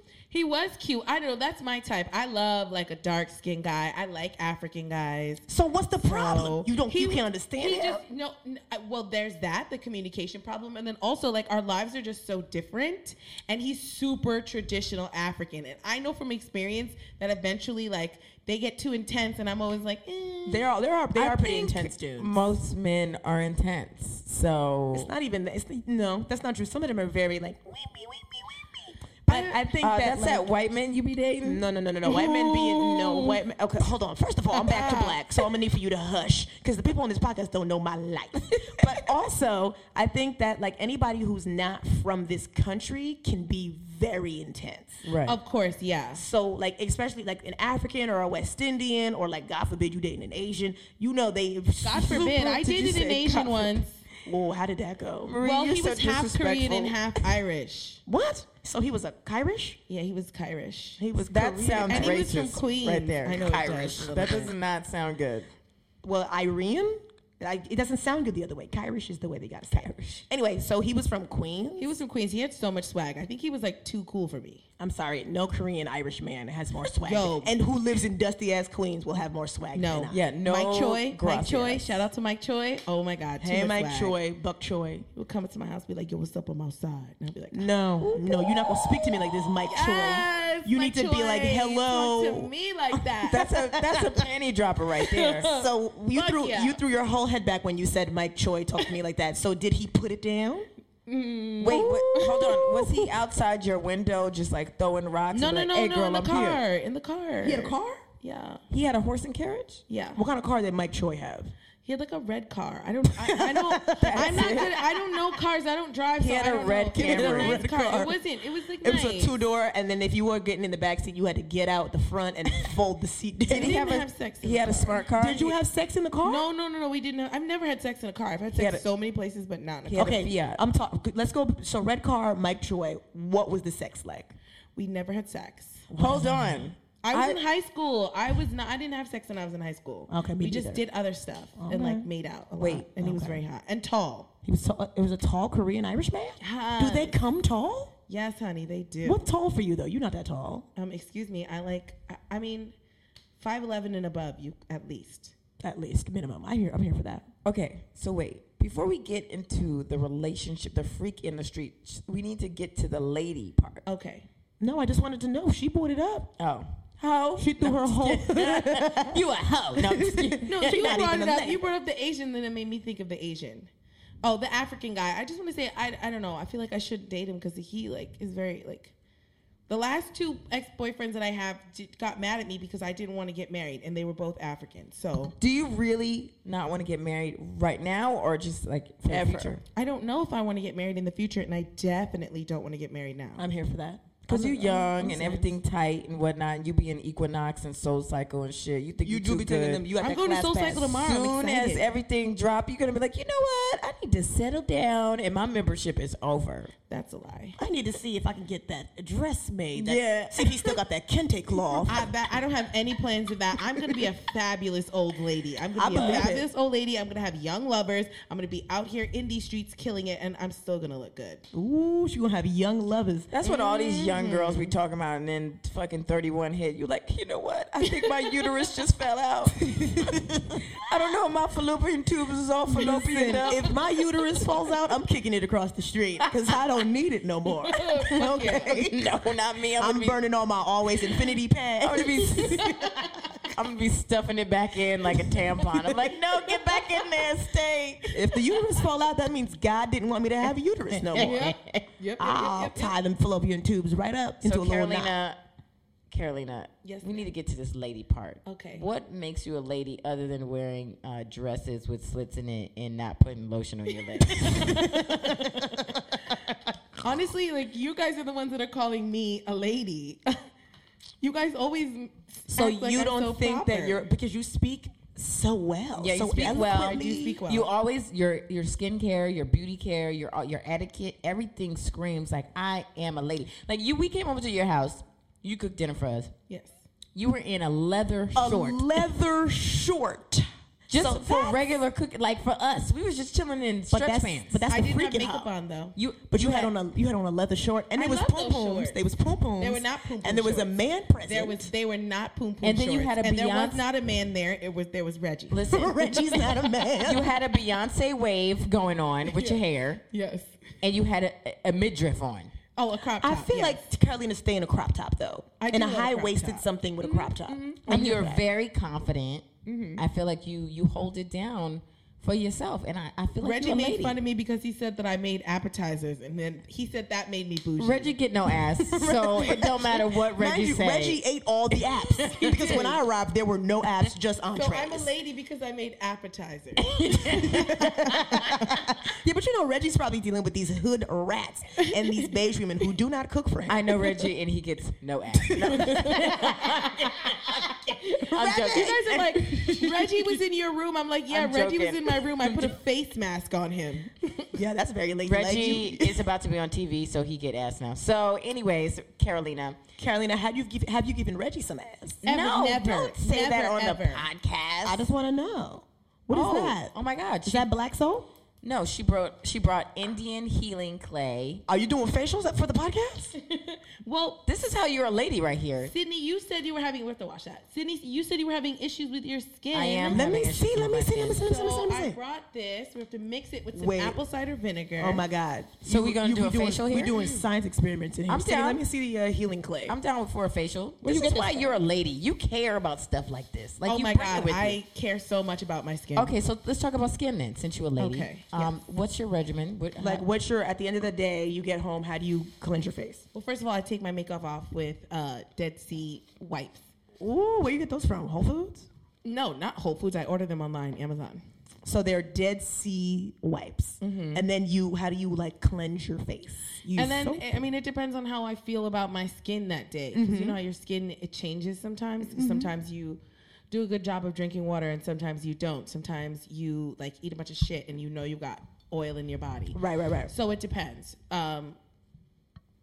Speaker 3: He was cute. I know that's my type. I love like a dark skinned guy. I like African guys.
Speaker 2: So what's the problem?
Speaker 3: So,
Speaker 2: you don't
Speaker 3: he
Speaker 2: you can't
Speaker 3: was-
Speaker 2: understand
Speaker 3: he
Speaker 2: him?
Speaker 3: just no, n- I- well there's that the communication problem and then also like our lives are just so different and he's super traditional african and i know from experience that eventually like they get too intense and i'm always like eh.
Speaker 1: They are. They are. They
Speaker 2: I
Speaker 1: are pretty
Speaker 2: think
Speaker 1: intense dudes.
Speaker 2: most
Speaker 1: Most men are intense. So
Speaker 2: It's not even. It's no, that's not true. Some of them are very like. Weepy, weepy, weepy. But I think
Speaker 1: Uh,
Speaker 2: that,
Speaker 1: that's
Speaker 2: like,
Speaker 1: that white men you be dating.
Speaker 2: No, no, no, no, no. White men being no white. Men, okay, hold on. First of all, I'm back to black, so I'm gonna need for you to hush because the people on this podcast don't know my life. but also, I think that like anybody who's not from this country can be very intense.
Speaker 1: Right.
Speaker 3: of course yeah
Speaker 2: So like especially like an African or a West Indian or like God forbid you dating an Asian, you know they.
Speaker 3: god forbid i
Speaker 2: Did you
Speaker 3: dated
Speaker 2: say
Speaker 3: an
Speaker 2: God
Speaker 3: asian
Speaker 2: forbid?
Speaker 3: once
Speaker 2: Oh, how did that go?
Speaker 3: well he
Speaker 1: so
Speaker 3: was half korean and
Speaker 1: disrespectful.
Speaker 3: half irish
Speaker 2: What? So he was a Kyrish?
Speaker 3: yeah he was irish
Speaker 2: He was
Speaker 1: that
Speaker 2: Korean.
Speaker 1: sounds
Speaker 3: And
Speaker 1: racist
Speaker 3: he was from Queens.
Speaker 1: right there.
Speaker 3: I know it
Speaker 1: Irish.
Speaker 3: does.
Speaker 1: That does not sound good.
Speaker 2: well, Iran. I, it doesn't sound good the other way. Kyrish is the way they got to say it.
Speaker 1: Kyrish.
Speaker 2: Anyway, so he was from Queens.
Speaker 3: he was from queens he had so much swag i think he was like too cool for me
Speaker 2: I'm sorry, no Korean Irish man has more swag.
Speaker 3: Yo.
Speaker 2: And who lives in dusty ass Queens will have more swag
Speaker 3: no
Speaker 2: than I.
Speaker 1: Yeah, no
Speaker 3: mike choi mike
Speaker 1: gracias.
Speaker 3: choi shout out to mike choi oh my god too
Speaker 2: Hey,
Speaker 3: much
Speaker 2: Mike
Speaker 3: swag.
Speaker 2: Choi, Buck Choi.
Speaker 3: would come into my house be like, yo, what's up? I'm outside. And I'd be like,
Speaker 2: No, no, you're not gonna speak to me like this, Mike
Speaker 3: yes,
Speaker 2: Choi. You
Speaker 3: my
Speaker 2: need to be like,
Speaker 3: choice.
Speaker 2: hello.
Speaker 3: Talk to me like that.
Speaker 1: That's a that's a panty dropper right there.
Speaker 2: So you
Speaker 3: Fuck
Speaker 2: threw
Speaker 3: yeah.
Speaker 2: you threw your whole head back when you said Mike Choi talked to me like that. So did he put it down?
Speaker 3: Mm.
Speaker 1: Wait, what, hold on. Was he outside your window just like throwing rocks?
Speaker 3: no,
Speaker 1: and
Speaker 3: no,
Speaker 1: like,
Speaker 3: no,
Speaker 1: hey,
Speaker 3: no,
Speaker 1: girl,
Speaker 3: in the
Speaker 1: I'm
Speaker 3: car,
Speaker 1: Here.
Speaker 3: in the car.
Speaker 1: He had a car.
Speaker 3: Yeah,
Speaker 1: He had a horse and carriage.
Speaker 3: yeah.
Speaker 2: What kind of car did Mike Choi have?
Speaker 3: He had like a red car. I don't, I, I don't, I'm not good. I don't know cars. I don't drive. so
Speaker 1: had
Speaker 3: I
Speaker 1: a
Speaker 3: don't
Speaker 1: red
Speaker 3: know. It
Speaker 1: Camry.
Speaker 3: was nice
Speaker 1: He had a
Speaker 3: car.
Speaker 2: car.
Speaker 3: It wasn't. It was like
Speaker 2: It
Speaker 3: nice.
Speaker 2: was a two door, and then if you were getting in the back seat, you had to get out the front and fold the seat down.
Speaker 3: We
Speaker 1: he
Speaker 3: didn't
Speaker 1: have a-
Speaker 3: have sex. in
Speaker 1: He
Speaker 3: the
Speaker 1: had a
Speaker 3: car.
Speaker 1: smart car.
Speaker 2: Did you have sex in the car?
Speaker 3: No, no, no, no. We didn't. Have, I've never had sex in a car. I've had sex
Speaker 1: had a-
Speaker 3: so many places, but not in a
Speaker 1: had
Speaker 3: car.
Speaker 1: a
Speaker 2: Okay,
Speaker 1: Fiat.
Speaker 2: I'm talking. Let's go. So red car, Mike Choi. What was the sex like?
Speaker 3: We never had sex.
Speaker 1: Hold on.
Speaker 3: I was in high school. I was not. I didn't have sex when I was in high school.
Speaker 2: Okay, me
Speaker 3: we just
Speaker 2: neither.
Speaker 3: did other stuff and like made out. A
Speaker 1: Wait,
Speaker 3: lot. and he was very hot and tall.
Speaker 2: He was. Tall, it was a tall Korean Irish man. Do they come tall?
Speaker 3: Yes, honey, they do.
Speaker 2: What's tall for you though? You're not that tall.
Speaker 3: Um, excuse me. I like. I, I mean, five eleven and above, you at least.
Speaker 2: At least minimum. I hear. I'm here for that.
Speaker 1: Okay, so wait. Before we get into the relationship, the freak in the street, sh- we need to get to the lady part.
Speaker 3: Okay.
Speaker 2: No, I just wanted to know. She brought it up.
Speaker 1: Oh. How?
Speaker 2: She threw her whole.
Speaker 1: you a hoe. No, I'm just kidding.
Speaker 3: No,
Speaker 1: You're
Speaker 3: you
Speaker 1: not
Speaker 3: brought
Speaker 1: even
Speaker 3: it
Speaker 1: a
Speaker 3: up.
Speaker 1: lady.
Speaker 3: You brought up the Asian, then it made me think of the Asian. Oh, the African guy. I just want to say, I, I don't know. I feel like I should date him because he like is very like. The last two ex boyfriends that I have did, got mad at me because I didn't want to get married, and they were both African. So
Speaker 1: Do you really not want to get married right now or just like for the
Speaker 3: Ever.
Speaker 1: future?
Speaker 3: I don't know if I want to get married in the future, and I definitely don't want to get married now.
Speaker 2: I'm here for that.
Speaker 1: Because you're young and everything tight and whatnot, and you be in Equinox and Soul Cycle and shit. You think
Speaker 2: You
Speaker 1: you're
Speaker 2: do
Speaker 1: too
Speaker 2: be taking
Speaker 1: good.
Speaker 2: them. You got
Speaker 3: I'm
Speaker 2: that
Speaker 3: going to
Speaker 2: class
Speaker 3: Soul
Speaker 2: pass.
Speaker 3: Cycle tomorrow. I'm
Speaker 1: soon as
Speaker 3: excited.
Speaker 1: everything drop, you're gonna be like, you know what? I need to settle down, and my membership is over.
Speaker 3: That's a lie.
Speaker 2: I need to see if I can get that dress made. That,
Speaker 3: Yeah.
Speaker 2: See if he still got that kente cloth.
Speaker 3: I, that, I don't have any plans of that. I'm going to be a fabulous old lady. I'm
Speaker 2: I
Speaker 3: going to be
Speaker 2: believe
Speaker 3: a
Speaker 2: it.
Speaker 3: fabulous old lady. I'm going to have young lovers. I'm going to be out here in these streets killing it, and I'm still going to look good.
Speaker 2: Ooh, she gonna have young lovers. Mm-hmm.
Speaker 1: That's what all these young girls be talking about, and then fucking 31 hit. You like, you know what? I think my uterus just fell out. I don't know. My fallopian tubes is all fallopian.
Speaker 2: Listen,
Speaker 1: up.
Speaker 2: if my uterus falls out, I'm kicking it across the street because I don't need it no more. okay.
Speaker 1: no, not me. I'm,
Speaker 2: I'm
Speaker 1: gonna be,
Speaker 2: burning all my always infinity pads.
Speaker 1: I'm gonna be. I'm gonna be stuffing it back in like a tampon. I'm like, no, get back in there, stay.
Speaker 2: if the uterus fall out, that means God didn't want me to have a uterus no more. I'll tie them fallopian tubes right up into
Speaker 1: So
Speaker 2: a little knot.
Speaker 1: Carolina, Carolina,
Speaker 3: Yes,
Speaker 1: we need
Speaker 3: ma'am.
Speaker 1: to get to this lady part.
Speaker 3: Okay.
Speaker 1: What makes you a lady other than wearing uh, dresses with slits in it and not putting lotion on your legs?
Speaker 3: Honestly, like, you guys are the ones that are calling me a lady. you guys always.
Speaker 2: So
Speaker 3: act like
Speaker 2: you
Speaker 3: I'm
Speaker 2: don't
Speaker 3: so
Speaker 2: think
Speaker 3: proper.
Speaker 2: that you're because you speak so well.
Speaker 1: Yeah, you
Speaker 2: so
Speaker 1: speak well.
Speaker 2: eloquently.
Speaker 3: You speak well.
Speaker 1: You always your your skincare, your beauty care, your uh, your etiquette, everything screams like I am a lady. Like you, we came over to your house. You cooked dinner for us.
Speaker 3: Yes.
Speaker 1: You were in a leather
Speaker 2: A
Speaker 1: short,
Speaker 2: leather short.
Speaker 1: just
Speaker 2: So
Speaker 1: for
Speaker 2: that's-
Speaker 1: regular cooking. Like for us, we was just chilling in
Speaker 2: But
Speaker 1: stretch
Speaker 2: that's
Speaker 1: pants.
Speaker 2: but that's
Speaker 3: I
Speaker 2: the
Speaker 3: didn't have
Speaker 2: freaking
Speaker 3: makeup
Speaker 2: hop.
Speaker 3: on, though.
Speaker 1: you,
Speaker 2: But you, had, on a you had on a leather short, and
Speaker 3: I
Speaker 2: it was
Speaker 3: love
Speaker 2: pom
Speaker 3: those
Speaker 2: poms.
Speaker 3: shorts.
Speaker 2: They was pom poms.
Speaker 3: They were not pom-pom
Speaker 2: And there was a
Speaker 3: shorts.
Speaker 2: man present.
Speaker 3: There was they were not poom poom
Speaker 1: And then you had a
Speaker 3: and there was
Speaker 1: Beyonce-
Speaker 3: not a man there. It was there was Reggie.
Speaker 1: listen.
Speaker 2: Reggie's not a man.
Speaker 1: you had a Beyonce wave going on with your hair,
Speaker 3: Yes.
Speaker 1: and you had a, a midriff on.
Speaker 3: Oh, a crop top.
Speaker 2: I feel
Speaker 3: yes.
Speaker 2: like Carolina's staying a crop top though,
Speaker 3: I
Speaker 2: and
Speaker 3: do
Speaker 2: a
Speaker 3: love a crop Mm-hmm.
Speaker 2: high waisted
Speaker 3: top.
Speaker 2: something with a crop top.
Speaker 1: and you're very confident.
Speaker 2: Mm-hmm.
Speaker 1: I feel like you you hold it down for yourself, and I, I feel like
Speaker 3: Reggie
Speaker 1: you're a
Speaker 3: made
Speaker 1: lady.
Speaker 3: fun of me because he said that I made appetizers, and then he said that made me bougie.
Speaker 1: Reggie get no ass, so it don't matter what Reggie
Speaker 2: Mind you,
Speaker 1: say.
Speaker 2: Reggie ate all the apps because when I arrived, there were no apps, just
Speaker 3: so
Speaker 2: entrees.
Speaker 3: I'm a lady because I made appetizers.
Speaker 2: Yeah, but you know Reggie's probably dealing with these hood rats and these beige women who do not cook for him.
Speaker 1: I know Reggie, and he gets no ass. No. I'm
Speaker 3: you
Speaker 1: joking.
Speaker 3: guys are like, Reggie was in your room. I'm like, yeah,
Speaker 1: I'm
Speaker 3: Reggie was
Speaker 1: joking.
Speaker 3: in my room. I put a face mask on him.
Speaker 2: yeah, that's very lady.
Speaker 1: Reggie is about to be on TV, so he get ass now. So, anyways, Carolina,
Speaker 2: Carolina, have you given have you given Reggie some ass?
Speaker 3: Ever,
Speaker 1: no,
Speaker 3: never,
Speaker 1: don't say that
Speaker 3: never,
Speaker 1: on
Speaker 3: ever.
Speaker 1: the podcast.
Speaker 2: I just want to know what is
Speaker 1: oh,
Speaker 2: that?
Speaker 1: Oh my God,
Speaker 2: Is
Speaker 1: she-
Speaker 2: that black soul?
Speaker 1: no, she brought she brought Indian healing clay.
Speaker 2: Are you doing facials up for the podcast?
Speaker 3: Well,
Speaker 1: This is how you're a lady right here.
Speaker 3: Sydney, you said you were having. We have to wash that. Sydney, you said you were having issues with your skin.
Speaker 1: I am.
Speaker 2: Let
Speaker 1: having
Speaker 2: me
Speaker 1: issues
Speaker 2: see.
Speaker 1: with
Speaker 2: Let
Speaker 1: my
Speaker 2: me see.
Speaker 1: skin.
Speaker 2: Let me see. Let me see. Let me see.
Speaker 3: So
Speaker 2: Let
Speaker 3: I
Speaker 2: me see.
Speaker 3: brought this. We have to mix it with some
Speaker 2: Wait.
Speaker 3: apple cider vinegar.
Speaker 2: Oh my God!
Speaker 1: So we gonna do
Speaker 2: be
Speaker 1: a
Speaker 2: doing,
Speaker 1: facial
Speaker 2: We're
Speaker 1: here?
Speaker 2: doing science experiments in here.
Speaker 1: I'm
Speaker 2: Sydney,
Speaker 1: down.
Speaker 2: Let me see the uh, healing clay.
Speaker 1: I'm down for a facial.
Speaker 2: Where'd you
Speaker 1: this
Speaker 2: get
Speaker 1: is why
Speaker 2: this
Speaker 1: you're a lady. You care about stuff like this. Like
Speaker 3: oh
Speaker 1: you
Speaker 3: my
Speaker 1: bring it
Speaker 3: god,
Speaker 1: with
Speaker 3: I
Speaker 1: you.
Speaker 3: care so much about my skin.
Speaker 1: Okay, so let's talk about skin then, since you're a lady.
Speaker 3: Okay,
Speaker 1: Um, what's your regimen? What,
Speaker 2: like, what's your? At the end of the day, you get home. How do you cleanse your face?
Speaker 3: Well, first of all, I take my makeup off with uh, Dead Sea wipes.
Speaker 2: Ooh, where you get those from? Whole Foods.
Speaker 3: No, not Whole Foods. I order them online, Amazon.
Speaker 2: So they're Dead Sea wipes, and then you. How do you like cleanse your face? You
Speaker 3: and then,
Speaker 2: soak
Speaker 3: I mean, it depends on how I feel about my skin that day. 'Cause
Speaker 2: Mm-hmm.
Speaker 3: You know how your skin it changes sometimes. Sometimes you do a good job of drinking water, and sometimes you don't. Sometimes you like eat a bunch of shit, and you know you got oil in your body.
Speaker 2: Right, right, right.
Speaker 3: So it depends. Um,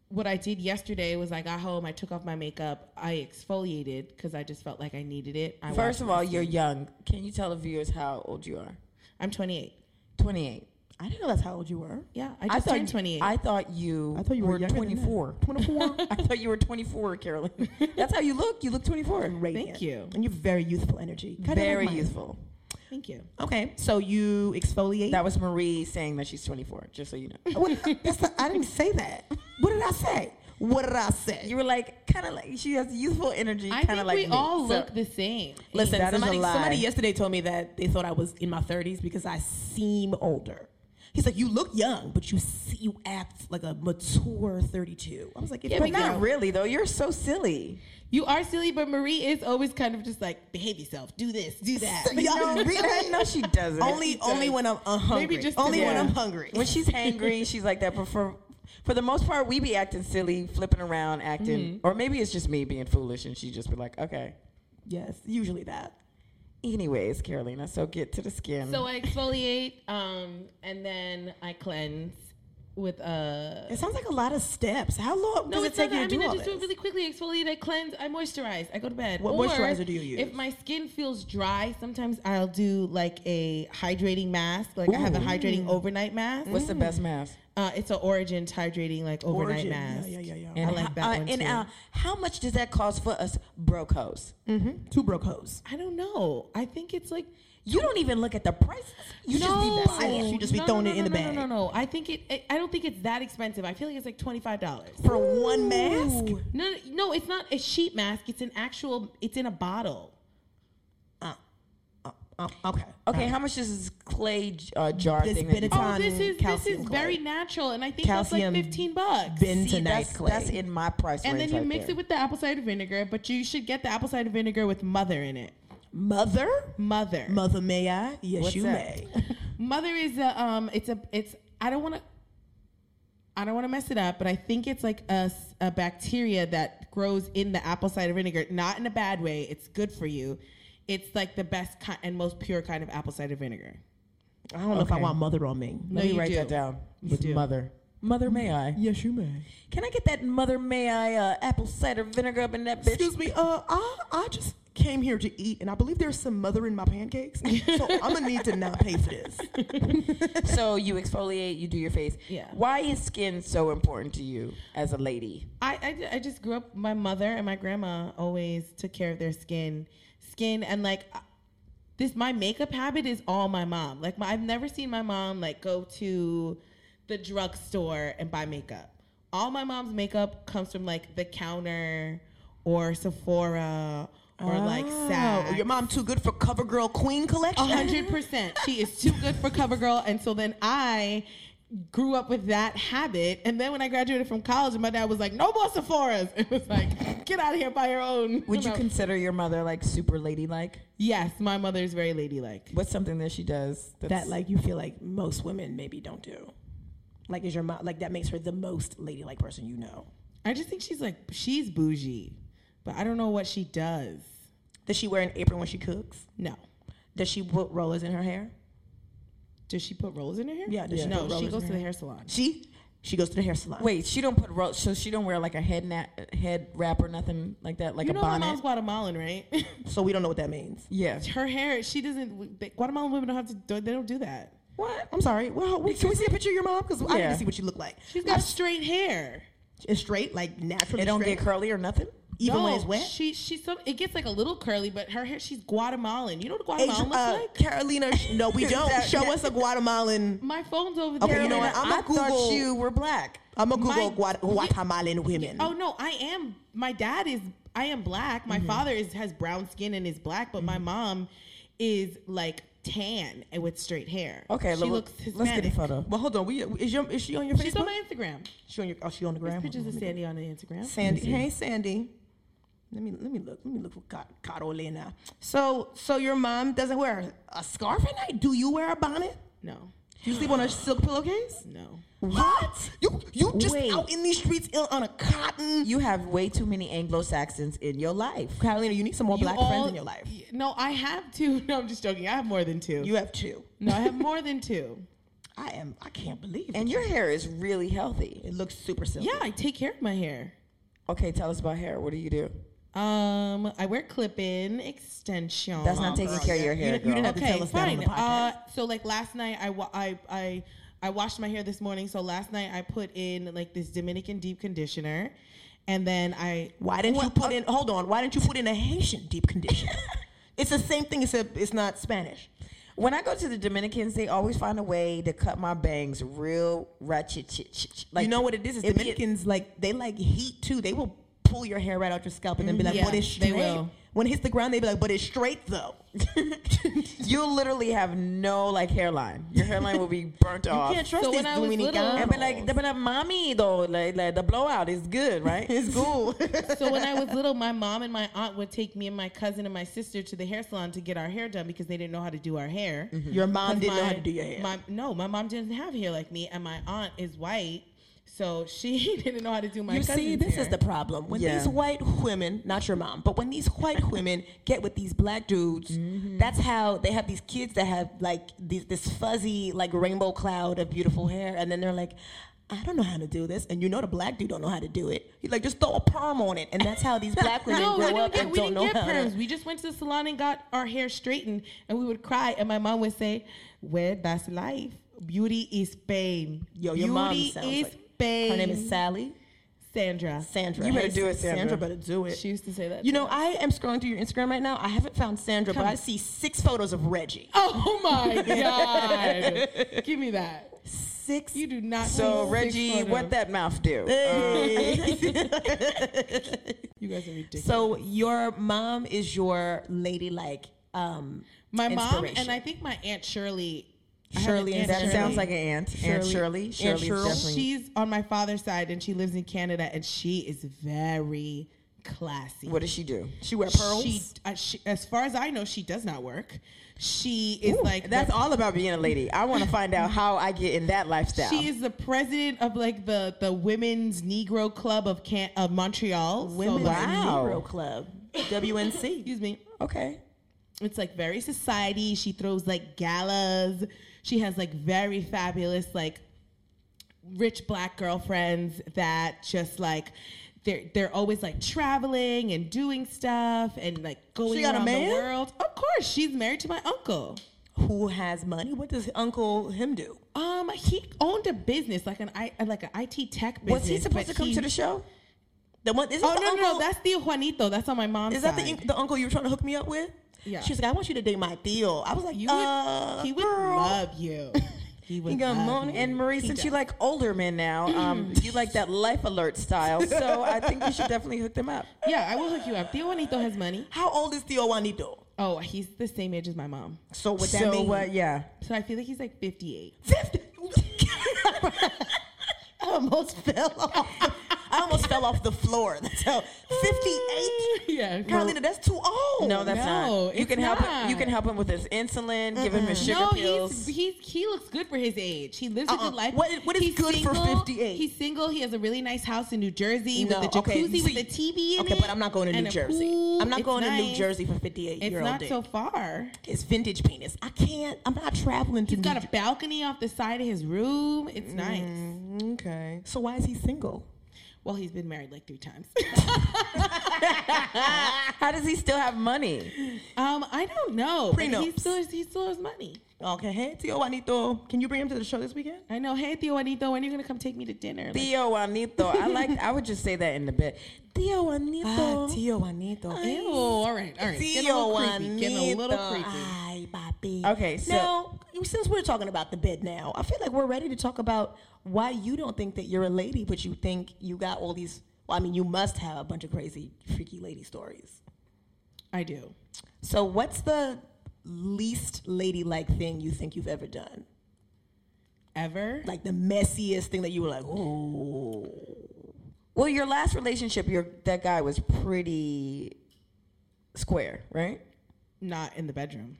Speaker 3: what I did yesterday was I got home, I took off my makeup, I exfoliated because I just felt like I needed it. I
Speaker 1: first
Speaker 3: washed
Speaker 1: of
Speaker 3: my
Speaker 1: all,
Speaker 3: skin.
Speaker 1: you're young. Can you tell the viewers how old you are?
Speaker 3: I'm 28.
Speaker 1: 28.
Speaker 2: I didn't know that's how old you were.
Speaker 3: Yeah, I just turned 28.
Speaker 1: I thought you.
Speaker 2: I thought you were
Speaker 1: were
Speaker 2: younger than that.
Speaker 1: 24.
Speaker 2: 24?
Speaker 1: I thought you were 24, Carolyn. That's how you look. You look 24.
Speaker 2: Radiant.
Speaker 3: you.
Speaker 2: And you have very youthful energy. Kinda like
Speaker 1: Very
Speaker 2: mine.
Speaker 1: youthful.
Speaker 3: Thank you.
Speaker 2: Okay, so you exfoliate.
Speaker 1: That was Marie saying that she's 24. Just so you know.
Speaker 2: What- that's not- I didn't say that. What did I say? What did I say?
Speaker 1: You were like, kind of like she has youthful energy.
Speaker 3: I
Speaker 1: kinda
Speaker 3: think
Speaker 1: like
Speaker 3: we
Speaker 1: me.
Speaker 3: all
Speaker 1: So-
Speaker 3: look the same.
Speaker 2: Listen,
Speaker 1: That is a
Speaker 2: somebody,
Speaker 1: lie.
Speaker 2: somebody yesterday told me that they thought I was in my 30s because I seem older. He's like, you look young, but you see, you act like a mature 32. I was like, if
Speaker 1: Yeah,
Speaker 2: you're
Speaker 1: but not
Speaker 2: not
Speaker 1: really though. You're so silly.
Speaker 3: You are silly, but Marie is always kind of just like, behave yourself, do this, do that.
Speaker 2: So y'all-
Speaker 1: No,
Speaker 2: really?
Speaker 1: no, she doesn't.
Speaker 2: only, only when I'm uh, hungry.
Speaker 3: just
Speaker 2: only
Speaker 3: today.
Speaker 2: when I'm
Speaker 1: Yeah.
Speaker 2: hungry.
Speaker 1: when she's hangry, she's like that. But for For the most part, we be acting silly, flipping around, acting,
Speaker 3: Mm-hmm.
Speaker 1: or maybe it's just me being foolish, and she just be like, "Okay, yes, usually that." Anyways, Carolina, so get to the skin.
Speaker 3: So I exfoliate, um, and then I cleanse with uh, a.
Speaker 1: it sounds like a lot of steps. How long does it take you to
Speaker 3: I mean,
Speaker 1: do
Speaker 3: I
Speaker 1: all
Speaker 3: just do it
Speaker 1: this?
Speaker 3: really quickly. Exfoliate, I cleanse, I moisturize, I go to bed.
Speaker 1: What moisturizer do you
Speaker 3: If
Speaker 1: use?
Speaker 3: my skin feels dry, sometimes I'll do like a hydrating mask. Like I have a hydrating overnight mask.
Speaker 1: What's the best mask?
Speaker 3: Uh, it's an Origins hydrating like overnight
Speaker 1: Origin. Yeah,
Speaker 3: mask.
Speaker 1: yeah, yeah, yeah.
Speaker 3: I like that
Speaker 1: Uh,
Speaker 3: one
Speaker 1: and
Speaker 3: too.
Speaker 1: uh, how much does that cost for us brocos?
Speaker 2: Mm-hmm. Two broke hoes.
Speaker 3: I don't know. I think it's like
Speaker 1: You don't even look at the prices. You just be buying. it.
Speaker 2: You just be throwing it in the
Speaker 3: no, no,
Speaker 2: bag.
Speaker 3: No, no, no. I think it. I- I don't think it's that expensive. I feel like it's like twenty five dollars.
Speaker 2: For one mask?
Speaker 3: No, no, it's not a sheet mask. It's an actual. It's in a bottle.
Speaker 2: Um, okay.
Speaker 1: Okay, how much is this clay j- uh, jar
Speaker 2: This
Speaker 1: thing? that
Speaker 2: bit
Speaker 1: you
Speaker 2: of
Speaker 1: buy?
Speaker 3: Oh,
Speaker 2: Cotton
Speaker 3: this is this
Speaker 2: calcium
Speaker 3: is very
Speaker 1: clay.
Speaker 3: natural, and I think
Speaker 2: Calcium
Speaker 3: that's like fifteen bucks.
Speaker 2: Ben
Speaker 1: See,
Speaker 2: tonight,
Speaker 1: that's,
Speaker 2: Clay.
Speaker 1: that's in my price
Speaker 3: and
Speaker 1: range.
Speaker 3: then
Speaker 1: right
Speaker 3: you mix
Speaker 1: there.
Speaker 3: it with the apple cider vinegar, but you should get the apple cider vinegar with mother in it.
Speaker 2: Mother?
Speaker 3: Mother.
Speaker 2: Mother, may I? Yes,
Speaker 1: What's
Speaker 2: you
Speaker 1: that?
Speaker 2: may.
Speaker 3: Mother is a um. It's a. It's. I don't want to. I don't want to mess it up, but I think it's like a, s- a bacteria that grows in the apple cider vinegar. Not in a bad way. It's good for you. It's like the best ki- and most pure kind of apple cider vinegar.
Speaker 2: I don't know if I want mother on me.
Speaker 1: Let
Speaker 3: No,
Speaker 1: me
Speaker 3: you
Speaker 1: write
Speaker 3: do.
Speaker 1: that down. Uh, with
Speaker 3: do.
Speaker 1: mother. Mother, may I?
Speaker 2: Yes, you may.
Speaker 1: Can I get that mother, may I uh, apple cider vinegar up in that bitch?
Speaker 2: Excuse me. Uh, I I just came here to eat, and I believe there's some mother in my pancakes, so I'm gonna need to not pay for this.
Speaker 1: so you exfoliate, you do your face.
Speaker 3: Yeah.
Speaker 1: Why is skin so important to you as a lady?
Speaker 3: I, I, ju- I just grew up. My mother and my grandma always took care of their skin, skin, and like uh, this. My makeup habit is all my mom. Like my, I've never seen my mom like go to the drugstore and buy makeup. All my mom's makeup comes from like the counter or Sephora or like
Speaker 2: Oh,
Speaker 3: Saks.
Speaker 2: your mom too good for CoverGirl Queen
Speaker 3: A
Speaker 2: collection.
Speaker 3: hundred percent. She is too good for CoverGirl, and so then I grew up with that habit. And then when I graduated from college, my dad was like, "No more Sephora's." It was like, "Get out of here by your own."
Speaker 1: Would you
Speaker 3: know?
Speaker 1: consider your mother like super ladylike?
Speaker 3: yes, my mother is very ladylike.
Speaker 1: What's something that she does that's
Speaker 2: That like you feel like most women maybe don't do. Like is your mom like that makes her the most ladylike person you know.
Speaker 3: I just think she's like she's bougie, but I don't know what she does.
Speaker 2: Does she wear an apron when she cooks?
Speaker 3: No.
Speaker 2: Does she put rollers in her hair?
Speaker 3: Does she put rolls in her hair?
Speaker 2: Yeah, does she
Speaker 3: no,
Speaker 2: put rollers
Speaker 3: she
Speaker 2: in
Speaker 3: goes
Speaker 2: her
Speaker 3: to the
Speaker 2: hair?
Speaker 3: hair salon.
Speaker 2: She she goes to the hair salon.
Speaker 1: Wait, she don't put ro- so she don't wear like a head na- head wrap or nothing like that, like
Speaker 3: you
Speaker 1: a
Speaker 3: know my
Speaker 1: bonnet.
Speaker 3: mom's Guatemalan, right?
Speaker 2: so we don't know what that means.
Speaker 1: yeah.
Speaker 3: her hair, she doesn't. Guatemalan women don't have to. They don't do that.
Speaker 2: What? I'm sorry. Well, we, can we see a picture of your mom? Because I need
Speaker 1: Yeah.
Speaker 2: to see what you look like.
Speaker 3: She's got straight hair.
Speaker 2: It's straight, like naturally.
Speaker 1: It don't
Speaker 2: straight,
Speaker 1: get curly or nothing.
Speaker 2: even when it's
Speaker 3: No,
Speaker 2: wet.
Speaker 3: She she some it gets like a little curly, but her hair she's Guatemalan. You know what
Speaker 2: Adri-
Speaker 3: Guatemalan looks
Speaker 2: uh,
Speaker 3: like?
Speaker 2: Carolina, sh- no, we don't.
Speaker 1: That-
Speaker 2: Show
Speaker 1: that-
Speaker 2: us a Guatemalan.
Speaker 3: My phone's over there.
Speaker 2: Okay, you know what? I'm
Speaker 1: I
Speaker 2: gonna Google.
Speaker 1: thought you were black.
Speaker 2: I'm gonna Google
Speaker 3: My-
Speaker 2: Guat- Guatemalan women.
Speaker 3: Oh no, I am. My dad is. I am black. My
Speaker 2: Mm-hmm.
Speaker 3: father is has brown skin and is black, but my mom is like tan and with straight hair.
Speaker 1: Okay,
Speaker 3: she
Speaker 1: look-
Speaker 3: looks
Speaker 1: let's get a
Speaker 3: Hispanic.
Speaker 1: photo.
Speaker 2: Well, hold on. We, is, your, is she on your
Speaker 3: She's
Speaker 2: Facebook?
Speaker 3: on my Instagram.
Speaker 2: she on your? Oh, she on the gram.
Speaker 3: Pictures of Sandy on the Instagram.
Speaker 2: Sandy. Hey, Sandy. Let me let me look. Let me look for Ca- Carolina. So so your mom doesn't wear a scarf at night. Do you wear a bonnet?
Speaker 3: No,
Speaker 2: Do you sleep on a silk pillowcase?
Speaker 3: no.
Speaker 2: What? You you just
Speaker 1: Wait.
Speaker 2: out in these streets in, on a cotton?
Speaker 1: You have way too many Anglo Saxons in your life.
Speaker 2: Carolina, you need some more
Speaker 3: You
Speaker 2: black
Speaker 3: all-
Speaker 2: friends in your life.
Speaker 3: y- No, I have two. No, I'm just joking. I have more than two.
Speaker 2: You have two.
Speaker 3: no, I have more than two.
Speaker 2: I am. I can't believe
Speaker 1: And
Speaker 2: it.
Speaker 1: your hair is really healthy.
Speaker 2: It looks super silky.
Speaker 3: Yeah, I take care of my hair.
Speaker 1: Okay, tell us about hair. What do you do?
Speaker 3: Um, I wear clip-in extension.
Speaker 1: That's not taking care of your hair. girl.
Speaker 2: have to
Speaker 3: okay,
Speaker 2: tell us that on
Speaker 3: fine.
Speaker 2: the
Speaker 3: Uh, so like last night, I, wa- I I I washed my hair this morning. So last night I put in like this Dominican deep conditioner, and then I
Speaker 2: Why didn't you put in? Hold on. Why didn't you put in a Haitian deep conditioner? it's the same thing. It's a, It's not Spanish.
Speaker 1: When I go to the Dominicans, they always find a way to cut my bangs real ratchet. Shit, shit, shit. Like
Speaker 2: you know what it is? Is
Speaker 1: it be-
Speaker 2: Dominicans like they like heat too. They will pull your hair right out your scalp and then be like,
Speaker 3: Yeah,
Speaker 2: "But it's
Speaker 3: they
Speaker 2: straight."
Speaker 3: will.
Speaker 2: When it hits the ground, they be like, "But it's straight though."
Speaker 1: you literally have no like hairline. Your hairline will be burnt off.
Speaker 2: can't trust
Speaker 3: So
Speaker 2: these
Speaker 3: when I was little-
Speaker 2: Dominicanos.
Speaker 1: And but like, but like, mommy though, like, like the blowout is good, right?
Speaker 2: it's cool.
Speaker 3: so when I was little, my mom and my aunt would take me and my cousin and my sister to the hair salon to get our hair done because they didn't know how to do our hair.
Speaker 2: Mm-hmm. Your mom
Speaker 3: 'Cause
Speaker 2: didn't know
Speaker 3: my-
Speaker 2: how to do your hair.
Speaker 3: My, no, my mom didn't have hair like me, and my aunt is white. So she didn't know how to do my.
Speaker 2: You see,
Speaker 3: cousins
Speaker 2: this is
Speaker 3: hair.
Speaker 2: the problem. When
Speaker 5: Yeah.
Speaker 2: these white women, not your mom, but when these white women get with these black dudes,
Speaker 3: Mm-hmm.
Speaker 2: that's how they have these kids that have like these, this fuzzy, like rainbow cloud of beautiful hair. And then they're like, I don't know how to do this. And you know the black dude don't know how to do it. He's like, just throw a perm on it. And that's how these black women
Speaker 3: No, we
Speaker 2: grow
Speaker 3: didn't
Speaker 2: up
Speaker 3: get,
Speaker 2: and
Speaker 3: we
Speaker 2: don't
Speaker 3: didn't
Speaker 2: know
Speaker 3: get
Speaker 2: how
Speaker 3: perms.
Speaker 2: to.
Speaker 3: We just went to the salon and got our hair straightened, and we would cry, and my mom would say, "Well, that's life. Beauty is pain.
Speaker 2: Yo,
Speaker 3: Beauty
Speaker 2: your mom sounds
Speaker 3: is
Speaker 2: like-
Speaker 3: pain."
Speaker 2: Her name is Sally.
Speaker 3: Sandra.
Speaker 2: Sandra.
Speaker 5: You better
Speaker 2: Hey,
Speaker 5: do it, Sandra.
Speaker 2: Sandra better do it.
Speaker 3: She used to say that.
Speaker 2: You
Speaker 3: to
Speaker 2: know,
Speaker 3: us.
Speaker 2: I am scrolling through your Instagram right now. I haven't found Sandra, but I see six photos of Reggie.
Speaker 3: Oh my god! Give me that.
Speaker 2: Six.
Speaker 3: You do not.
Speaker 5: So
Speaker 3: six
Speaker 5: Reggie,
Speaker 3: photos.
Speaker 5: what that mouth do? Uh,
Speaker 3: You guys are ridiculous.
Speaker 2: So your mom is your lady, like um,
Speaker 3: my mom and
Speaker 2: inspiration.
Speaker 3: I think my aunt Shirley. I have an
Speaker 2: Shirley
Speaker 3: Aunt
Speaker 2: and
Speaker 5: that
Speaker 3: Shirley.
Speaker 5: sounds like an aunt. Aunt Shirley.
Speaker 2: Shirley. Aunt
Speaker 5: Shirley's
Speaker 2: Shirl.
Speaker 5: definitely.
Speaker 3: She's on my father's side, and she lives in Canada, and she is very classy.
Speaker 5: what does she do?
Speaker 2: She wear pearls.
Speaker 3: She, uh, she, as far as I know, she does not work. She is like
Speaker 5: That's
Speaker 3: the-
Speaker 5: all about being a lady. I want to find out how I get in that lifestyle.
Speaker 3: She is the president of like the the women's Negro Club of Can- of Montreal. So,
Speaker 2: Women's
Speaker 3: like,
Speaker 1: Oh.
Speaker 5: Wow.
Speaker 2: Negro Club, WNC.
Speaker 3: excuse me.
Speaker 5: okay.
Speaker 3: It's like very society. She throws like galas. She has like very fabulous like rich black girlfriends that just like they're they're always like traveling and doing stuff and like going
Speaker 2: She got a
Speaker 3: around
Speaker 2: man?
Speaker 3: the world. Of course, she's married to my uncle.
Speaker 2: Who has money? What does Uncle him do?
Speaker 3: Um, he owned a business like an I like an IT tech business.
Speaker 5: Was he supposed
Speaker 3: but
Speaker 5: to come
Speaker 3: he-
Speaker 5: to the show?
Speaker 2: The one is
Speaker 3: Oh
Speaker 2: the
Speaker 3: no, no,
Speaker 2: uncle,
Speaker 3: no, that's the Juanito. That's on my mom's
Speaker 2: is that the
Speaker 3: side.
Speaker 2: the uncle you were trying to hook me up with?
Speaker 3: Yeah.
Speaker 2: She was like, I want you to date my deal. I was like,
Speaker 3: you would,
Speaker 2: uh,
Speaker 3: he would
Speaker 2: girl.
Speaker 3: love you. He would
Speaker 2: He got
Speaker 3: love
Speaker 2: money
Speaker 3: you.
Speaker 5: And Marie, since you like older men now, um, you like that life alert style. So I think you should definitely hook them up.
Speaker 3: Yeah, I will hook you up. Theo Juanito has money.
Speaker 2: How old is Theo Juanito?
Speaker 3: Oh, he's the same age as my mom.
Speaker 2: So what that
Speaker 5: so
Speaker 2: mean?
Speaker 5: what? yeah.
Speaker 3: So I feel like he's like 58.
Speaker 2: Fifty. I almost fell off. the- I
Speaker 3: Oh,
Speaker 2: almost fell off the floor. That's how fifty-eight.
Speaker 3: Yeah.
Speaker 2: Carolina, that's too old.
Speaker 5: No, that's
Speaker 3: Oh, No,
Speaker 5: not. You
Speaker 3: it's
Speaker 5: can help. Him, you
Speaker 3: not.
Speaker 5: can help him with his insulin. Give him his sugar
Speaker 3: No,
Speaker 5: pills.
Speaker 3: he's, he's he looks good for his age. He lives a
Speaker 2: Uh-uh.
Speaker 3: good life.
Speaker 2: What is- what is
Speaker 3: He's
Speaker 2: good for 58?
Speaker 3: He's single. He has a really nice house in New Jersey
Speaker 2: No,
Speaker 3: with a jacuzzi
Speaker 2: okay,
Speaker 3: with
Speaker 2: see-
Speaker 3: a TV in
Speaker 2: okay,
Speaker 3: it.
Speaker 2: but I'm not going to
Speaker 3: and
Speaker 2: New
Speaker 3: a
Speaker 2: Jersey.
Speaker 3: pool.
Speaker 2: I'm not
Speaker 3: It's
Speaker 2: going to New
Speaker 3: nice.
Speaker 2: Jersey for 58
Speaker 3: It's
Speaker 2: year old
Speaker 3: not
Speaker 2: dick.
Speaker 3: so far.
Speaker 2: It's vintage penis. I can't. I'm not traveling to.
Speaker 3: He's got
Speaker 2: New Mm.
Speaker 3: a balcony off the side of his room. It's nice.
Speaker 2: Jer- okay. So why is he single?
Speaker 3: Well, he's been married like three times.
Speaker 5: How does he still have money?
Speaker 3: um, I don't know. but He
Speaker 2: Prenups.
Speaker 3: still has, he still has money.
Speaker 2: Okay. Hey, Tio Juanito, can you bring him to the show this weekend?
Speaker 3: I know. Hey, Theo Juanito, when are you gonna come take me to dinner? Like,
Speaker 5: Theo Juanito. I like. I would just say that in the bed. Theo Juanito.
Speaker 2: Ah,
Speaker 3: Ah,
Speaker 2: Tio Juanito.
Speaker 3: ew. All right. All right. Getting a
Speaker 2: Tio
Speaker 3: little creepy. Getting a
Speaker 2: Juanito.
Speaker 3: little creepy.
Speaker 2: Ay, papi.
Speaker 5: Okay, so-
Speaker 2: now since we're talking about the bed now, I feel like we're ready to talk about why you don't think that you're a lady, but you think you got all these. Well, I mean, you must have a bunch of crazy, freaky lady stories.
Speaker 3: I do.
Speaker 2: So, what's the least ladylike thing you think you've ever done?
Speaker 3: Ever?
Speaker 2: Like the messiest thing that you were like, ooh.
Speaker 5: Well, your last relationship, your that guy was pretty square, right?
Speaker 3: Not in the bedroom.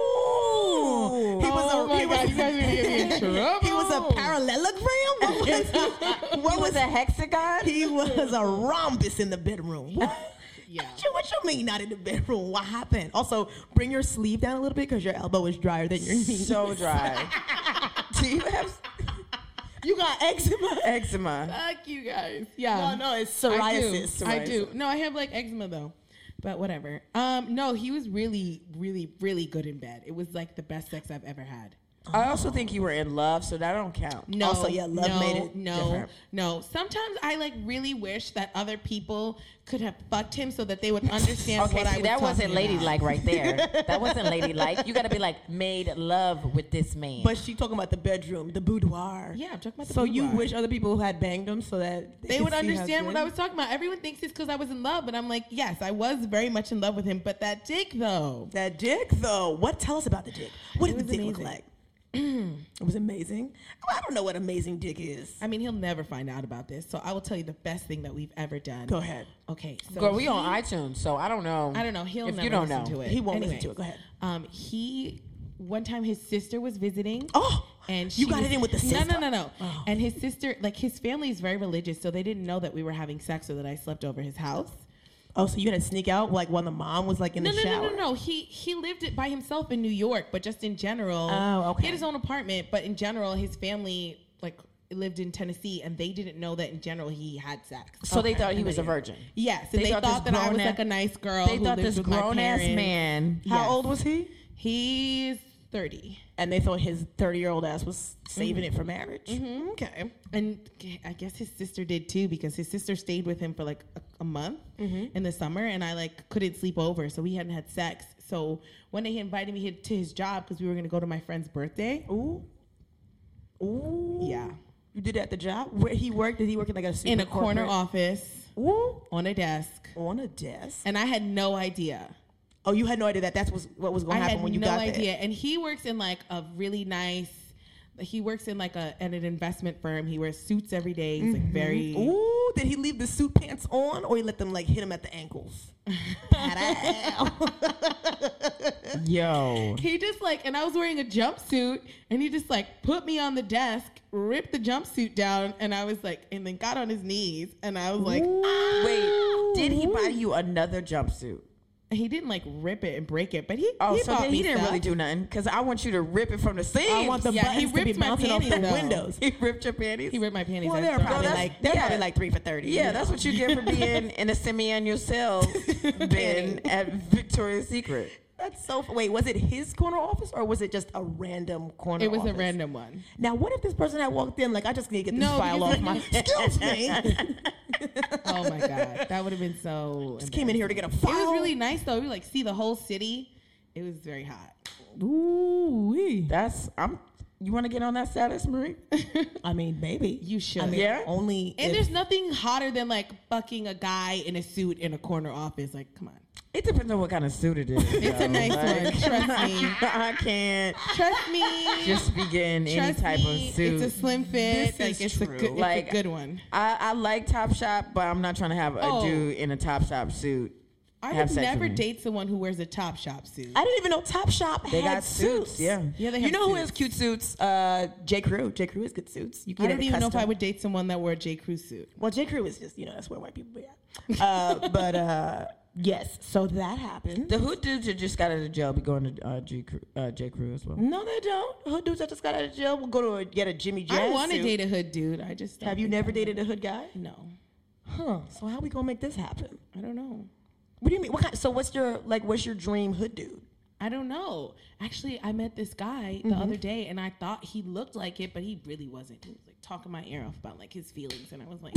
Speaker 2: Ooh. He was a, he was,
Speaker 3: Oh you guys are gonna get me in trouble.
Speaker 2: he was a parallelogram? What was, what
Speaker 5: It was a hexagon.
Speaker 2: He was a rhombus in the bedroom. What?
Speaker 3: Yeah.
Speaker 2: What you, what you mean not in the bedroom? What happened? Also, bring your sleeve down a little bit because your elbow is drier than your knee.
Speaker 5: so dry. Do you have
Speaker 2: you got eczema.
Speaker 5: eczema?
Speaker 3: Fuck you guys. Yeah.
Speaker 2: No, no, it's
Speaker 3: I do.
Speaker 2: psoriasis.
Speaker 3: I do. No, I have like eczema though. But whatever. Um, no, he was really, really, really good in bed. It was like the best sex I've ever had.
Speaker 5: I also think you were in love, so that don't count.
Speaker 3: No.
Speaker 2: Also, yeah, love
Speaker 3: no,
Speaker 2: made it
Speaker 3: No,
Speaker 5: different.
Speaker 3: no. Sometimes I like really wish that other people could have fucked him so that they would understand
Speaker 5: Okay,
Speaker 3: what I
Speaker 5: see,
Speaker 3: was
Speaker 5: that wasn't
Speaker 3: talking about.
Speaker 5: ladylike right there. that wasn't ladylike. You got to be like made love with this man.
Speaker 2: But she talking about the bedroom, the boudoir.
Speaker 3: Yeah, I'm talking about the
Speaker 2: So you
Speaker 3: boudoir.
Speaker 2: wish other people had banged them so that
Speaker 3: They
Speaker 2: could
Speaker 3: would
Speaker 2: see how
Speaker 3: understand what
Speaker 2: good-
Speaker 3: I was talking about. Everyone thinks it's because I was in love, but I'm like, yes, I was very much in love with him. But that dick, though,
Speaker 2: That dick, though. What? Tell us about the dick. What did the
Speaker 3: was
Speaker 2: dick look
Speaker 3: amazing.
Speaker 2: like? it was amazing. Well, I don't know what amazing dick is.
Speaker 3: I mean, he'll never find out about this. So I will tell you the best thing that we've ever done.
Speaker 2: Go ahead.
Speaker 3: Okay, so
Speaker 5: Girl, we
Speaker 3: he-
Speaker 5: on iTunes, so I don't know.
Speaker 3: I don't know. He'll
Speaker 5: if
Speaker 3: never
Speaker 5: you don't
Speaker 3: listen
Speaker 5: know.
Speaker 3: to it. um,
Speaker 2: He won't listen
Speaker 3: Anyways,
Speaker 2: to it. Go ahead.
Speaker 3: Um, he one time his sister was visiting.
Speaker 2: Oh,
Speaker 3: and
Speaker 2: You got it in with the
Speaker 3: no, no,
Speaker 2: sister. Oh.
Speaker 3: no, no. And his sister, like his family is very religious, so they didn't know that we were having sex or that I slept over his house.
Speaker 2: Oh, so you had to sneak out like when the mom was like in
Speaker 3: No,
Speaker 2: the
Speaker 3: no, no,
Speaker 2: shower?
Speaker 3: no, no. He he lived it by himself in New York, but just in general.
Speaker 2: Oh,
Speaker 3: He
Speaker 2: okay.
Speaker 3: had his own apartment, but in general, his family like lived in Tennessee, and they didn't know that in general he had sex.
Speaker 1: So they thought he was a virgin.
Speaker 3: Yes, and they, thought,
Speaker 1: this
Speaker 3: that I was
Speaker 1: grown-ass-
Speaker 3: like a nice girl.
Speaker 1: They
Speaker 3: who
Speaker 1: thought
Speaker 3: lived
Speaker 1: this
Speaker 3: with my
Speaker 1: grown ass
Speaker 3: parents.
Speaker 1: man. How
Speaker 3: Yes.
Speaker 1: old was he?
Speaker 3: He's thirty,
Speaker 2: And they thought his 30 year old ass was saving
Speaker 3: Mm-hmm.
Speaker 2: it for marriage. Okay.
Speaker 3: and I guess his sister did too because his sister stayed with him for like a, a month in the summer, and I like couldn't sleep over, so we hadn't had sex. So one day he invited me to his job because we were gonna go to my friend's birthday.
Speaker 2: Ooh. Ooh.
Speaker 3: Yeah,
Speaker 2: You did it at the job? Where he worked? Did he work in like a super
Speaker 3: in a corner
Speaker 2: corporate-
Speaker 3: office
Speaker 2: Ooh.
Speaker 3: on a desk,
Speaker 2: On a desk?
Speaker 3: and I had no idea.
Speaker 2: Oh, you had no idea that that's was, what was going
Speaker 3: I
Speaker 2: to happen
Speaker 3: had
Speaker 2: when you
Speaker 3: no
Speaker 2: got
Speaker 3: idea.
Speaker 2: there.
Speaker 3: And he works in like a really nice. He works in like a at an investment firm. He wears suits every day. He's like very.
Speaker 2: Ooh, did he leave the suit pants on or he let them like hit him at the ankles? Pa-da.
Speaker 1: Yo.
Speaker 3: He just like, and I was wearing a jumpsuit, and he just like put me on the desk, ripped the jumpsuit down, and I was like, and then got on his knees, and I was like, ah.
Speaker 1: Wait, did he buy you another jumpsuit?
Speaker 3: he didn't like rip it and break it, but he
Speaker 1: Oh,
Speaker 3: he
Speaker 1: so
Speaker 3: bought
Speaker 1: then
Speaker 3: me
Speaker 1: he didn't
Speaker 3: stuff.
Speaker 1: really do nothing. Cause I want you to rip it from the seams.
Speaker 2: I want the
Speaker 3: Yeah, he
Speaker 2: buttons to be
Speaker 3: ripped my
Speaker 2: bouncing off the
Speaker 3: panties, though.
Speaker 2: windows.
Speaker 1: He ripped your panties.
Speaker 3: He ripped my panties.
Speaker 2: Well,
Speaker 3: I'm
Speaker 2: they're
Speaker 3: sorry.
Speaker 2: probably
Speaker 1: that's-
Speaker 2: like they're
Speaker 1: yeah.
Speaker 2: probably like three for thirty.
Speaker 1: Yeah, that's what you get for being in a semi-annual bin at Victoria's Secret.
Speaker 2: that's so. Wait, was it his corner office or was it just a random corner?
Speaker 3: it was a
Speaker 2: office?
Speaker 3: random one.
Speaker 2: Now, what if this person had walked in like I just need to get this
Speaker 3: No,
Speaker 2: file
Speaker 3: because-
Speaker 2: off my? Excuse me,
Speaker 3: Oh my god, that would have been so.
Speaker 2: just came in here to get a file.
Speaker 3: It was really nice though. We like see the whole city. It was very hot.
Speaker 2: Ooh,
Speaker 1: That's I'm. You want to get on that status, Marie?
Speaker 2: I mean, maybe
Speaker 3: You should.
Speaker 2: I mean,
Speaker 1: Yeah.
Speaker 2: Only
Speaker 3: And
Speaker 2: if-
Speaker 3: there's nothing hotter than like fucking a guy in a suit in a corner office. Like, come on.
Speaker 1: It depends on what kind of suit it is.
Speaker 3: It's a nice one. Trust me.
Speaker 1: I can't
Speaker 3: Trust me.
Speaker 1: just be getting any
Speaker 3: Trust
Speaker 1: type
Speaker 3: me.
Speaker 1: of suit.
Speaker 3: It's a slim fit.
Speaker 1: This
Speaker 3: like
Speaker 1: is
Speaker 3: it's a
Speaker 1: true.
Speaker 3: good, it's
Speaker 1: Like,
Speaker 3: a good one.
Speaker 1: I, I like Top Shop, but I'm not trying to have a
Speaker 3: Oh.
Speaker 1: dude in a Top Shop suit.
Speaker 3: I
Speaker 1: have
Speaker 3: would
Speaker 1: sex with
Speaker 3: never
Speaker 1: me.
Speaker 3: date someone who wears a top shop suit.
Speaker 2: I didn't even know Top Shop
Speaker 1: They
Speaker 2: had
Speaker 1: got suits, yeah.
Speaker 3: Yeah, they
Speaker 2: you
Speaker 3: have
Speaker 2: know who has
Speaker 3: suits.
Speaker 2: cute suits? Uh, J Crew. J Crew has good suits. You can
Speaker 3: I
Speaker 2: get
Speaker 3: don't
Speaker 2: it
Speaker 3: even know if
Speaker 2: custom.
Speaker 3: I would date someone that wore a J. Crew suit.
Speaker 2: Well, J Crew is just you know that's where white people be at. Uh, but uh, yes, so that happened.
Speaker 1: The hood dudes that just got out of jail be going to uh, G Crew, uh, J Crew as well.
Speaker 2: No, they don't. Hood dudes that just got out of jail will go to a, get a Jimmy Jazz.
Speaker 3: I want to
Speaker 2: suit.
Speaker 3: date a hood dude. I just don't
Speaker 2: Have you
Speaker 3: think
Speaker 2: never
Speaker 3: I'm-
Speaker 2: dated a hood guy?
Speaker 3: No,
Speaker 2: Huh. So how we gonna make this happen?
Speaker 3: I don't know.
Speaker 2: What do you mean? What kind, so what's your like? What's your dream hood dude?
Speaker 3: I don't know. Actually, I met this guy the
Speaker 2: Mm-hmm.
Speaker 3: other day, and I thought he looked like it, but he really wasn't. He was like talking my ear off about like his feelings, and I was like,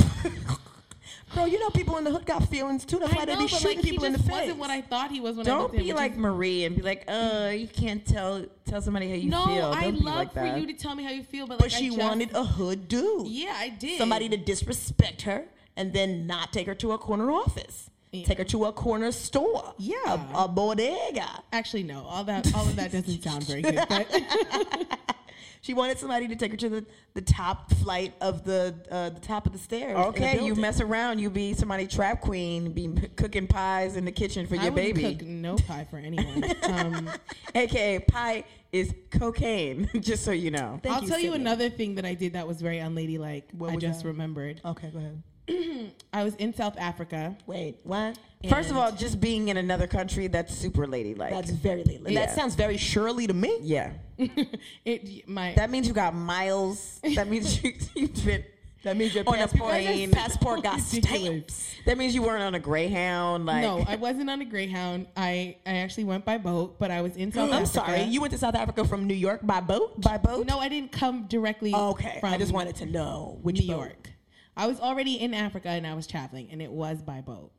Speaker 2: Bro, you know people in the hood got feelings too. That's
Speaker 3: I
Speaker 2: why
Speaker 3: know,
Speaker 2: they be
Speaker 3: but
Speaker 2: shooting
Speaker 3: like he
Speaker 2: people in the
Speaker 3: just
Speaker 2: face.
Speaker 3: wasn't what I thought he was when I
Speaker 1: Don't
Speaker 3: looked at him.
Speaker 1: be
Speaker 3: which
Speaker 1: like
Speaker 3: is-
Speaker 1: Marie and be like, uh, you can't tell tell somebody how you
Speaker 3: no.
Speaker 1: feel. Don't
Speaker 3: I
Speaker 1: be
Speaker 3: love
Speaker 1: like
Speaker 3: for
Speaker 1: that.
Speaker 3: you to tell me how you feel, but,
Speaker 2: but
Speaker 3: like, I
Speaker 2: she
Speaker 3: just-
Speaker 2: wanted a hood dude.
Speaker 3: Yeah, I did.
Speaker 2: Somebody to disrespect her and then not take her to a corner office. Take her to a corner store.
Speaker 3: Yeah.
Speaker 2: A, a bodega.
Speaker 3: Actually, no. All that, all of that doesn't sound very good. But
Speaker 2: She wanted somebody to take her to the, the top flight of the uh, the top of the stairs. in a
Speaker 1: Okay, you
Speaker 2: building.
Speaker 1: mess around, you be somebody trap queen, be p- cooking pies in the kitchen for
Speaker 3: I
Speaker 1: your
Speaker 3: wouldn't
Speaker 1: baby.
Speaker 3: cook no pie for anyone. Um,
Speaker 1: AKA pie is cocaine, just so you know.
Speaker 2: Thank
Speaker 3: I'll tell you
Speaker 2: Sydney.
Speaker 3: another thing that I did that was very unladylike. I
Speaker 2: was
Speaker 3: just
Speaker 2: that?
Speaker 3: remembered.
Speaker 2: Okay, go ahead.
Speaker 3: I was in South Africa.
Speaker 2: Wait, what?
Speaker 1: First of all, just being in another country, that's super ladylike.
Speaker 2: That's very late.
Speaker 1: Yeah.
Speaker 2: That sounds very Shirley to me.
Speaker 1: yeah.
Speaker 3: It my
Speaker 1: That means you got miles. That means you, you've been
Speaker 2: That means your
Speaker 1: On a
Speaker 2: passport,
Speaker 1: plane.
Speaker 2: passport got
Speaker 3: Ridiculous.
Speaker 2: stamps.
Speaker 1: that means you weren't on a greyhound. Like
Speaker 3: no, I wasn't on a Greyhound. I I actually went by boat, but I was in South Africa.
Speaker 2: I'm sorry. You went to South Africa from New York by boat?
Speaker 1: by boat.
Speaker 3: no, I didn't come directly.
Speaker 2: Okay.
Speaker 3: from
Speaker 2: I just wanted to know which
Speaker 3: New
Speaker 2: boat.
Speaker 3: York. I was already in Africa and I was traveling, and it was by boat.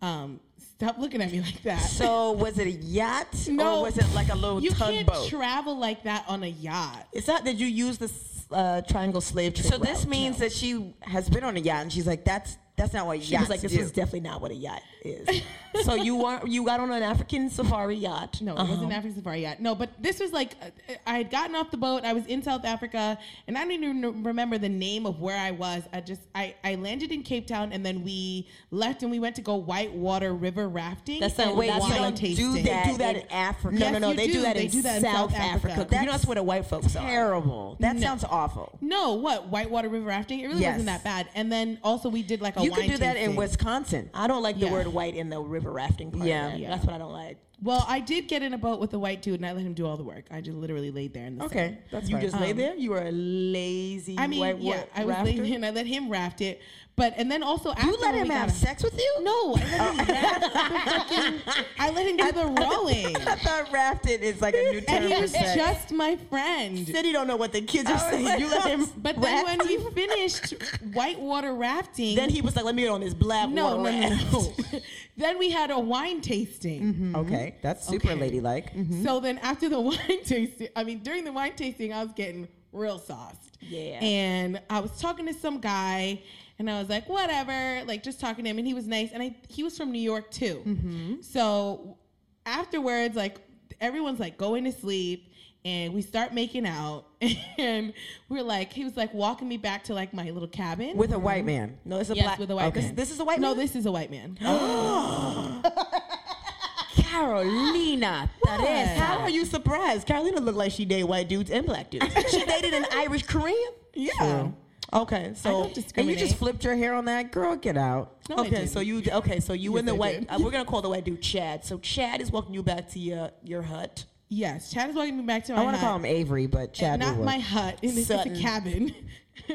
Speaker 3: Um, stop looking at me like that.
Speaker 1: So was it a yacht
Speaker 3: no,
Speaker 1: or was it like a little
Speaker 3: you
Speaker 1: tugboat?
Speaker 3: can't travel like that on a yacht.
Speaker 2: It's not that you use this uh, triangle slave trade.
Speaker 1: so this
Speaker 2: route.
Speaker 1: means that she has been on a yacht and she's like, that's that's not what
Speaker 2: she
Speaker 1: yachts
Speaker 2: was like, this
Speaker 1: do.
Speaker 2: was definitely not what a yacht is.
Speaker 5: so you want
Speaker 2: You got on an African safari yacht. Uh-huh.
Speaker 3: No, it
Speaker 5: Uh-huh.
Speaker 3: wasn't African Safari yet. No, but this was like uh, I had gotten off the boat. I was in South Africa, and I don't even re- remember the name of where I was. I just I, I landed in Cape Town, and then we left, and we went to go whitewater river rafting.
Speaker 2: That's not-
Speaker 3: and
Speaker 2: wait,
Speaker 3: wine
Speaker 2: you don't
Speaker 3: tasting.
Speaker 5: they
Speaker 2: do that
Speaker 5: do that
Speaker 2: in-
Speaker 5: in Africa.
Speaker 2: No, no, no.
Speaker 3: you
Speaker 2: They do,
Speaker 3: do.
Speaker 2: that
Speaker 3: They
Speaker 2: in
Speaker 3: do that in
Speaker 2: South
Speaker 3: South Africa.
Speaker 2: Africa. 'cause You know,
Speaker 5: That's
Speaker 2: that's where the white folks are.
Speaker 5: terrible. That sounds awful.
Speaker 3: No, what whitewater river rafting? It really
Speaker 5: Yes.
Speaker 3: wasn't that bad. And then also we did like a
Speaker 5: You
Speaker 3: wine
Speaker 5: could do that in
Speaker 3: tasting.
Speaker 5: Wisconsin.
Speaker 2: I don't like the
Speaker 3: Yeah.
Speaker 2: word white in the river rafting part.
Speaker 5: Yeah.
Speaker 2: Yeah. That's what I don't like.
Speaker 3: Well, I did get in a boat with a white dude, and I let him do all the work. I just literally laid there in the
Speaker 5: Okay,
Speaker 3: sand.
Speaker 5: that's
Speaker 2: You
Speaker 5: fine.
Speaker 2: just lay there? You were a lazy
Speaker 3: Um, I mean,
Speaker 2: white
Speaker 3: yeah,
Speaker 2: wa-
Speaker 3: I was
Speaker 2: rafter?
Speaker 3: laying and I let him raft it, but and then also after
Speaker 5: you let
Speaker 3: when
Speaker 5: him
Speaker 3: we
Speaker 5: have
Speaker 3: got-
Speaker 5: sex with you? Oh.
Speaker 3: No, I let him raft the fucking. I let him do the rowing,
Speaker 5: I thought rafted is like a new term
Speaker 3: and he
Speaker 5: for
Speaker 3: was
Speaker 5: sex.
Speaker 3: just my friend.
Speaker 2: Said he don't know what the kids are saying. You let him.
Speaker 3: But then
Speaker 2: raft
Speaker 3: when we
Speaker 2: you.
Speaker 3: finished whitewater rafting,
Speaker 2: then he was like, "Let me get on this black
Speaker 3: no,
Speaker 2: water
Speaker 3: no, no,
Speaker 2: raft."
Speaker 3: no. then we had a wine tasting.
Speaker 5: okay, that's super
Speaker 3: Okay.
Speaker 5: ladylike.
Speaker 2: Mm-hmm.
Speaker 3: So then after the wine tasting, I mean, during the wine tasting, I was getting real sauced.
Speaker 2: Yeah.
Speaker 3: And I was talking to some guy and I was like, whatever, like just talking to him. And he was nice. And I, he was from New York too.
Speaker 2: Mm-hmm.
Speaker 3: So afterwards, like everyone's like going to sleep and we start making out. And we're like, he was like walking me back to like my little cabin.
Speaker 5: With a white man.
Speaker 2: Mm-hmm. No, it's a
Speaker 3: Yes,
Speaker 2: black.
Speaker 3: with a white
Speaker 2: this,
Speaker 3: man.
Speaker 2: this is a white.
Speaker 3: no,
Speaker 2: man? Oh,
Speaker 3: this is a white man.
Speaker 5: Carolina.
Speaker 2: How are you surprised? Carolina looked like she dated white dudes and black dudes. she dated an Irish Korean.
Speaker 3: yeah.
Speaker 2: Okay, so
Speaker 5: And you just flipped your hair on that girl. Get out.
Speaker 3: No, I
Speaker 2: okay,
Speaker 3: didn't.
Speaker 2: so you okay, so you and the
Speaker 3: I
Speaker 2: white.
Speaker 3: did.
Speaker 2: Uh, we're gonna call the white dude Chad. So Chad is welcoming you back to your your hut.
Speaker 3: Yes, Chad is walking me back to my
Speaker 5: I want to
Speaker 3: hut.
Speaker 5: call him Avery, but Chad.
Speaker 3: not
Speaker 5: will work.
Speaker 3: my hut. In this, it's a
Speaker 2: Sutton.
Speaker 3: cabin.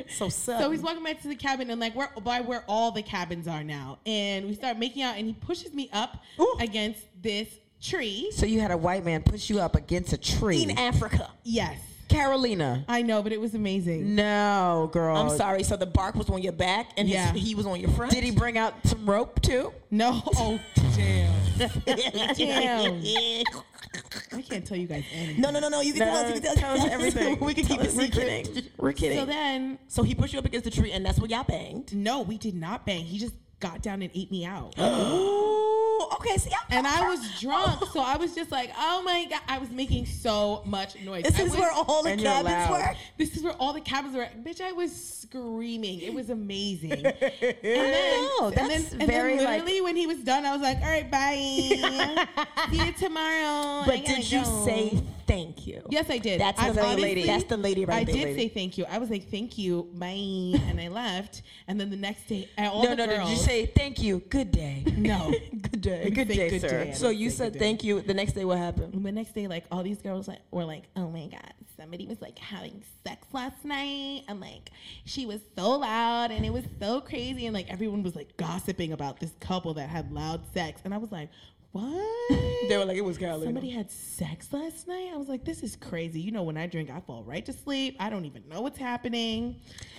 Speaker 2: So
Speaker 3: So he's
Speaker 2: Sutton.
Speaker 3: walking back to the cabin and like where by where all the cabins are now, and we start making out, and he pushes me up against this tree.
Speaker 5: So you had a white man push you up against a tree.
Speaker 2: in Africa.
Speaker 3: Yes,
Speaker 5: Carolina.
Speaker 3: I know, but it was amazing.
Speaker 5: No, girl.
Speaker 2: I'm sorry. So the bark was on your back, and his-
Speaker 3: Yeah.
Speaker 2: he was on your front.
Speaker 5: Uh, Did he bring out some rope too?
Speaker 3: No, oh damn, damn. I can't tell you guys anything.
Speaker 2: No, no, no, no. You can tell us. You can tell,
Speaker 5: tell us everything.
Speaker 2: we can
Speaker 5: Tell
Speaker 2: keep it
Speaker 5: us everything.
Speaker 2: secret. We're kidding.
Speaker 3: So then,
Speaker 2: so he pushed you up against the tree, and that's where y'all banged.
Speaker 3: no, we did not bang. He just got down and ate me out.
Speaker 2: Ooh, okay. See, I'm
Speaker 3: And I was drunk, so I was just like, "Oh my god!" I was making so much noise.
Speaker 2: This
Speaker 3: I
Speaker 2: is
Speaker 3: was-
Speaker 2: where all the
Speaker 5: And you're
Speaker 2: cabins
Speaker 5: loud.
Speaker 2: were.
Speaker 3: This is where all the cabins were. At. Bitch, I was screaming. It was amazing. and then,
Speaker 5: know. That's very,
Speaker 3: and then
Speaker 5: like-
Speaker 3: literally when he was done, I was like, "All right, bye. See you tomorrow." I
Speaker 2: But
Speaker 3: gotta
Speaker 2: did you
Speaker 3: go."
Speaker 2: say thank you?
Speaker 3: Yes, I did.
Speaker 2: That's
Speaker 3: I
Speaker 2: the lady. That's the lady right
Speaker 3: I
Speaker 2: there.
Speaker 3: did say thank you. I was like, "Thank you, bye," and I left. And then the next day, I- all
Speaker 5: No,
Speaker 3: the
Speaker 5: no, no.
Speaker 3: girls.
Speaker 5: Did you say thank you? Good day.
Speaker 3: no?
Speaker 2: Good day.
Speaker 5: Good
Speaker 3: Say
Speaker 5: day,
Speaker 3: good
Speaker 5: sir.
Speaker 3: day.
Speaker 2: So you said thank you. The next day, what happened?
Speaker 3: And the next day, like all these girls like, were like, "Oh my god, somebody was like having sex last night." And like, she was so loud, and it was so crazy, and like everyone was like gossiping about this couple that had loud sex, and I was like, "What?"
Speaker 2: They were like, it was Carolina.
Speaker 3: Somebody had sex last night. I was like, "This is crazy." You know, when I drink, I fall right to sleep. I don't even know what's happening.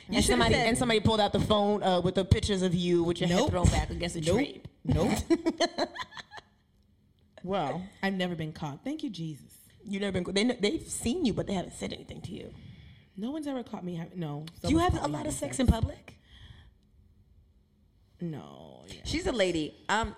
Speaker 2: and somebody and somebody pulled out the phone uh, with the pictures of you with your head
Speaker 3: Nope.
Speaker 2: thrown back against the tree.
Speaker 3: Nope.
Speaker 5: Well,
Speaker 3: I've never been caught. Thank you, Jesus.
Speaker 2: You never been. They kn- they've seen you, but they haven't said anything to you.
Speaker 3: No one's ever caught me having. No.
Speaker 2: Do you
Speaker 3: someone's
Speaker 2: have
Speaker 3: caught
Speaker 2: a
Speaker 3: me
Speaker 2: lot
Speaker 3: having
Speaker 2: of sex in public?
Speaker 3: No. Yeah.
Speaker 5: she's a lady. Um,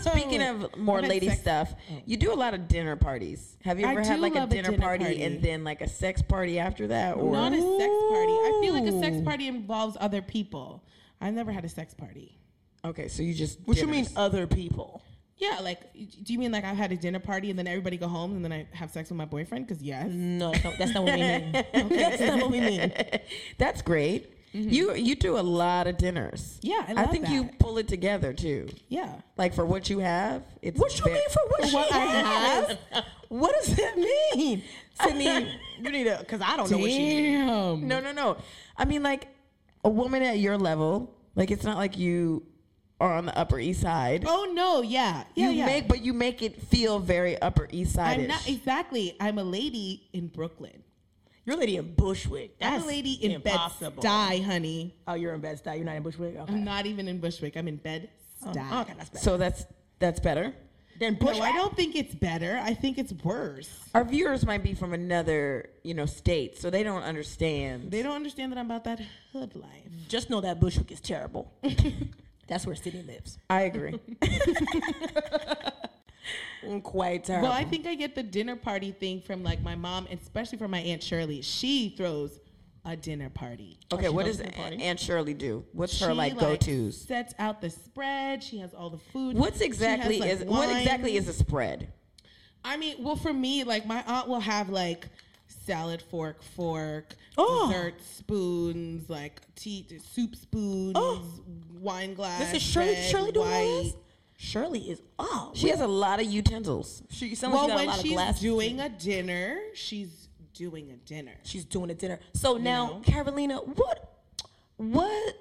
Speaker 5: speaking of more
Speaker 3: I meant
Speaker 5: lady
Speaker 3: sex.
Speaker 5: stuff, you do a lot of dinner parties. Have you
Speaker 3: I
Speaker 5: ever had
Speaker 3: do
Speaker 5: like a
Speaker 3: love a
Speaker 5: dinner,
Speaker 3: dinner
Speaker 5: party,
Speaker 3: party.
Speaker 5: and then like a sex party after that? Or
Speaker 3: Not a sex party. I feel like a sex party involves other people. I've never had a sex party.
Speaker 5: okay, so you just
Speaker 2: What you mean
Speaker 5: dinners.
Speaker 2: other people?
Speaker 3: Yeah, like, do you mean like I've had a dinner party and then everybody go home and then I have sex with my boyfriend? Because yes,
Speaker 2: No, that's not, that's not what we mean. That's not what we mean.
Speaker 5: That's great. You you do a lot of dinners.
Speaker 3: Mm-hmm. Yeah, I love
Speaker 5: think you
Speaker 3: that.
Speaker 5: pull it together too.
Speaker 3: yeah.
Speaker 5: Like for what you have, it's
Speaker 2: What you
Speaker 5: ve-
Speaker 2: mean for what, she
Speaker 3: what I
Speaker 2: has? What does that mean? Sydney, you need to, because I don't know what she means.
Speaker 3: Damn.
Speaker 5: No, no, no. I mean, like a woman at your level, like it's not like you are on the Upper East Side.
Speaker 3: Oh no, yeah, yeah,
Speaker 5: you
Speaker 3: yeah.
Speaker 5: make, but you make it feel very Upper East Side.
Speaker 3: I'm not exactly. I'm a lady in Brooklyn.
Speaker 2: You're a lady in Bushwick. That's
Speaker 3: I'm a lady in Bed
Speaker 2: impossible.
Speaker 3: Stuy, honey.
Speaker 2: Oh, you're in Bed Stuy. You're not in Bushwick. Okay.
Speaker 3: I'm not even in Bushwick. I'm in Bed Stuy.
Speaker 2: Oh, Okay, that's better.
Speaker 5: So that's that's better.
Speaker 2: then
Speaker 3: no,
Speaker 2: Bushwick.
Speaker 3: I don't think it's better. I think it's worse.
Speaker 5: Our viewers might be from another, you know, state, so they don't understand.
Speaker 3: They don't understand that I'm about that hood life.
Speaker 2: Just know that Bushwick is terrible. That's where Sydney lives.
Speaker 1: I agree. Mm, Quite terrible.
Speaker 3: Well, I think I get the dinner party thing from like my mom, and especially from my aunt Shirley. She throws a dinner party.
Speaker 1: okay, what
Speaker 3: throws
Speaker 1: does
Speaker 3: a party.
Speaker 1: Aunt Shirley do? What's her
Speaker 3: She,
Speaker 1: like go tos?
Speaker 3: Sets out the spread. She has all the food.
Speaker 1: What's
Speaker 3: She has,
Speaker 1: exactly
Speaker 3: like,
Speaker 1: is what
Speaker 3: wine.
Speaker 1: exactly is a spread?
Speaker 3: I mean, well, for me, like my aunt will have like salad fork, fork,
Speaker 2: Oh.
Speaker 3: dessert spoons, like tea, soup spoons, wine glass.
Speaker 2: Oh. This is Shirley.
Speaker 3: red,
Speaker 2: Shirley doing all this?
Speaker 3: white.
Speaker 2: Shirley is oh.
Speaker 1: She has a lot of utensils.
Speaker 2: She, sounds
Speaker 3: Well,
Speaker 2: like she got a
Speaker 3: when
Speaker 2: lot of
Speaker 3: she's
Speaker 2: glasses.
Speaker 3: doing a dinner, she's doing a dinner.
Speaker 2: she's doing a dinner. So now, Carolina, what, what?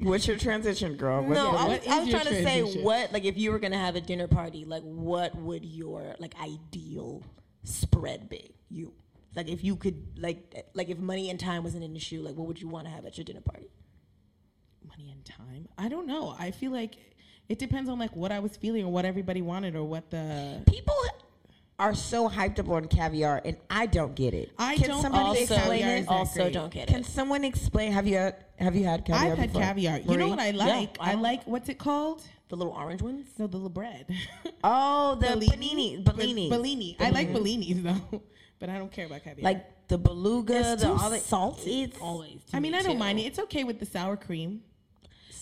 Speaker 1: What's your transition, girl? What-
Speaker 2: no, I was,
Speaker 3: what
Speaker 2: I
Speaker 3: is
Speaker 2: was
Speaker 3: your
Speaker 2: trying to say
Speaker 3: transition?
Speaker 2: what, like, if you were gonna have a dinner party, like, what would your like ideal spread be? You, like, if you could, like, like if money and time wasn't an issue, like, what would you want to have at your dinner party?
Speaker 3: money and time. I don't know. I feel like it depends on like what I was feeling or what everybody wanted or what the
Speaker 1: people are so hyped up on caviar, and I don't get it.
Speaker 3: I
Speaker 1: can
Speaker 3: don't
Speaker 1: somebody
Speaker 3: also-
Speaker 1: explain
Speaker 3: caviar
Speaker 1: it?
Speaker 3: is not
Speaker 2: Also,
Speaker 3: great.
Speaker 2: don't get
Speaker 1: Can
Speaker 2: it.
Speaker 1: someone explain? Have you had, have you had caviar?
Speaker 3: I've had
Speaker 1: before?
Speaker 3: caviar. You know
Speaker 1: Marie?
Speaker 3: what I
Speaker 2: Yeah,
Speaker 3: like?
Speaker 2: I
Speaker 3: I,
Speaker 2: don't-
Speaker 3: like what's it called?
Speaker 2: The little orange ones.
Speaker 3: No, the little bread.
Speaker 1: Oh, the panini,
Speaker 3: Bellini.
Speaker 1: bellini,
Speaker 3: Bellini. I like bellinis though, but I don't care about caviar.
Speaker 1: like the beluga,
Speaker 2: It's
Speaker 1: the
Speaker 2: too
Speaker 1: all that-
Speaker 2: salty.
Speaker 1: It's
Speaker 2: Always. to
Speaker 3: I mean,
Speaker 2: me,
Speaker 3: I don't
Speaker 2: too.
Speaker 3: mind it. It's okay with the sour cream.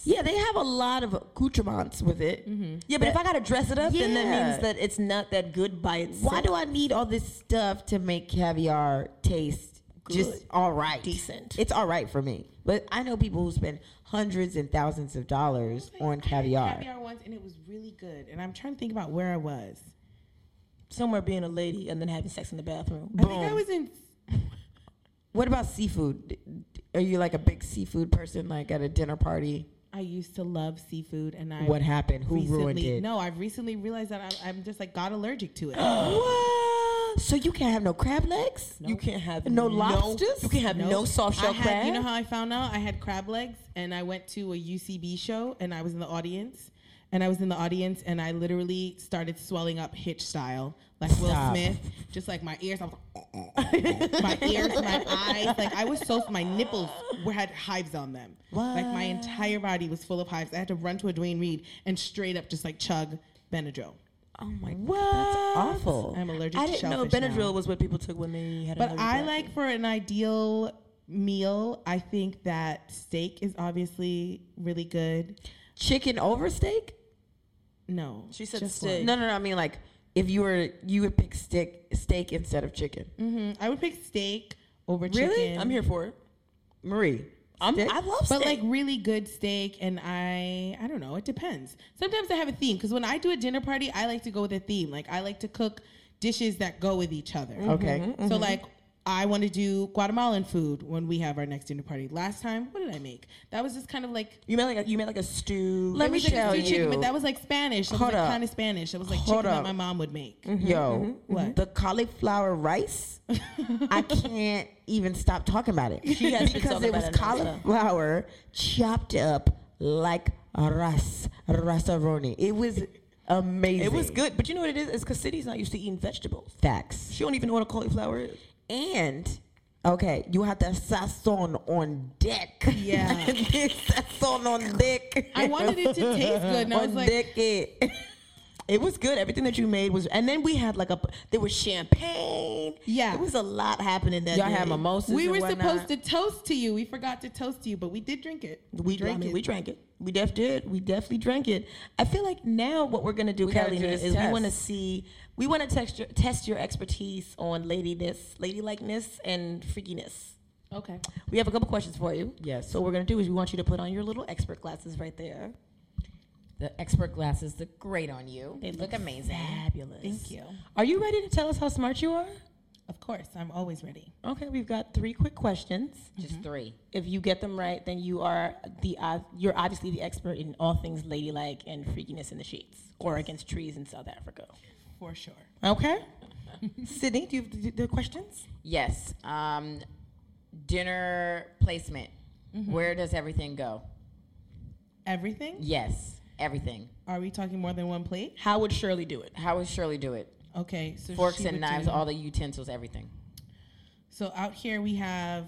Speaker 1: yeah. They have a lot of accoutrements with it.
Speaker 2: Yeah, but if I gotta dress it up, then that
Speaker 1: Yeah.
Speaker 2: means that it's not that good by itself.
Speaker 1: Why do I need all this stuff to make caviar taste just
Speaker 2: Good.
Speaker 1: all right?
Speaker 2: Decent.
Speaker 1: It's all right for me. But I know people who spend hundreds and thousands of dollars on caviar.
Speaker 3: Caviar once, and it was really good. And I'm trying to think about where I was.
Speaker 2: somewhere being a lady and then having sex in the bathroom?
Speaker 3: I think I was in.
Speaker 1: What about seafood? D- d- Are you like a big seafood person, like at a dinner party?
Speaker 3: I used to love seafood, and I
Speaker 1: What happened? Who
Speaker 3: recently,
Speaker 1: ruined it?
Speaker 3: No, I've recently realized that I'm, I'm just like got allergic to it.
Speaker 1: What? So you can't have no crab legs?
Speaker 2: You can't have
Speaker 1: No lobsters?
Speaker 2: You can have no,
Speaker 3: Nope.
Speaker 2: soft
Speaker 3: I
Speaker 2: shell
Speaker 3: had,
Speaker 2: crab.
Speaker 3: You know how I found out? I had crab legs, and I went to a UCB show, and I was in the audience, and I was in the audience, and I literally started swelling up Hitch style, like
Speaker 1: Stop.
Speaker 3: Will Smith, just like my ears. I was like, my ears, my eyes, like I was so my nipples were had hives on them. Like my entire body was full of hives. I had to run to a Dwayne Reed and straight up just like chug Benadryl.
Speaker 1: Oh my god, that's awful.
Speaker 3: I'm allergic
Speaker 2: I
Speaker 3: to
Speaker 2: didn't know
Speaker 3: shellfish
Speaker 2: Benadryl
Speaker 3: now.
Speaker 2: was what people took when they had.
Speaker 3: But
Speaker 2: another
Speaker 3: I
Speaker 2: bathroom.
Speaker 3: like for an ideal meal, I think that steak is obviously really good.
Speaker 1: Chicken over steak?
Speaker 3: No.
Speaker 2: She said
Speaker 3: just
Speaker 2: steak.
Speaker 1: No, no, no. I mean like if you were you would pick steak steak instead of chicken.
Speaker 3: one. mm-hmm. I would pick steak over
Speaker 1: Really?
Speaker 3: chicken.
Speaker 2: I'm here for it.
Speaker 1: Marie.
Speaker 2: I'm,
Speaker 1: steak?
Speaker 2: I love
Speaker 3: But
Speaker 2: steak.
Speaker 3: like really good steak, and I I don't know. It depends. Sometimes I have a theme because when I do a dinner party, I like to go with a theme. Like I like to cook dishes that go with each other.
Speaker 1: Okay.
Speaker 3: So like I want to do Guatemalan food when we have our next dinner party. Last time, what did I make? That was just kind of like
Speaker 2: you meant like a, you meant like a stew.
Speaker 3: Let me
Speaker 1: me tell
Speaker 3: tell you, chicken,
Speaker 1: you.
Speaker 3: but that was like Spanish. It was
Speaker 1: Hold
Speaker 3: like
Speaker 1: up.
Speaker 3: kind of Spanish. It was like
Speaker 1: Hold
Speaker 3: chicken
Speaker 1: up. Mm-hmm.
Speaker 3: that my mom would make.
Speaker 1: Yo, what? The cauliflower rice? I can't even stop talking about it.
Speaker 2: She has been
Speaker 1: because
Speaker 2: talking
Speaker 1: it was
Speaker 2: about it nonstop.
Speaker 1: cauliflower chopped up like ras rasaroni. It was amazing.
Speaker 2: it was good, but you know what it is? It's because City's not used to eating vegetables.
Speaker 1: Facts.
Speaker 2: She don't even know what a cauliflower is.
Speaker 1: And okay, you had the sazon on deck.
Speaker 3: Yeah.
Speaker 1: sazon on deck.
Speaker 3: I wanted it to taste good, and I was
Speaker 1: On
Speaker 3: like-
Speaker 1: deck it.
Speaker 2: It was good. Everything that you made was, and then we had like a there was champagne.
Speaker 3: Yeah.
Speaker 2: it was a lot happening that
Speaker 1: Y'all
Speaker 2: day.
Speaker 1: had mimosas.
Speaker 3: We
Speaker 1: and
Speaker 3: were
Speaker 1: whatnot.
Speaker 3: supposed to toast to you. We forgot to toast to you, but we did drink it.
Speaker 2: We drank
Speaker 3: drank
Speaker 2: I mean,
Speaker 3: it.
Speaker 2: We drank it. We def did. We definitely drank it. I feel like now what we're gonna do,
Speaker 1: gotta do
Speaker 2: Carolina,
Speaker 1: this
Speaker 2: is we
Speaker 1: test.
Speaker 2: want to see, we want to test your, test your expertise on ladiness, ladylikeness, and freakiness.
Speaker 3: Okay.
Speaker 2: We have a couple questions for you.
Speaker 1: Yes.
Speaker 2: So what we're gonna do is we want you to put on your little expert glasses right there.
Speaker 1: The expert glasses look great on you. They look amazing.
Speaker 2: Fabulous.
Speaker 3: Thank you.
Speaker 2: Are you ready to tell us how smart you are?
Speaker 3: Of course, I'm always ready.
Speaker 2: Okay, we've got three quick questions.
Speaker 1: Just three.
Speaker 2: If you get them right, then you are the ob- you're obviously the expert in all things ladylike and freakiness in the sheets or against trees in South Africa.
Speaker 3: For sure.
Speaker 2: Okay. Sydney, do you have the, the questions?
Speaker 6: Yes. Um, dinner placement. Where does everything go?
Speaker 3: Everything?
Speaker 6: Yes, everything.
Speaker 3: Are we talking more than one plate?
Speaker 2: How would Shirley do it?
Speaker 6: How would Shirley do it?
Speaker 3: Okay. So
Speaker 6: Forks
Speaker 3: she
Speaker 6: and
Speaker 3: would
Speaker 6: knives,
Speaker 3: do-
Speaker 6: all the utensils, everything.
Speaker 3: So out here we have.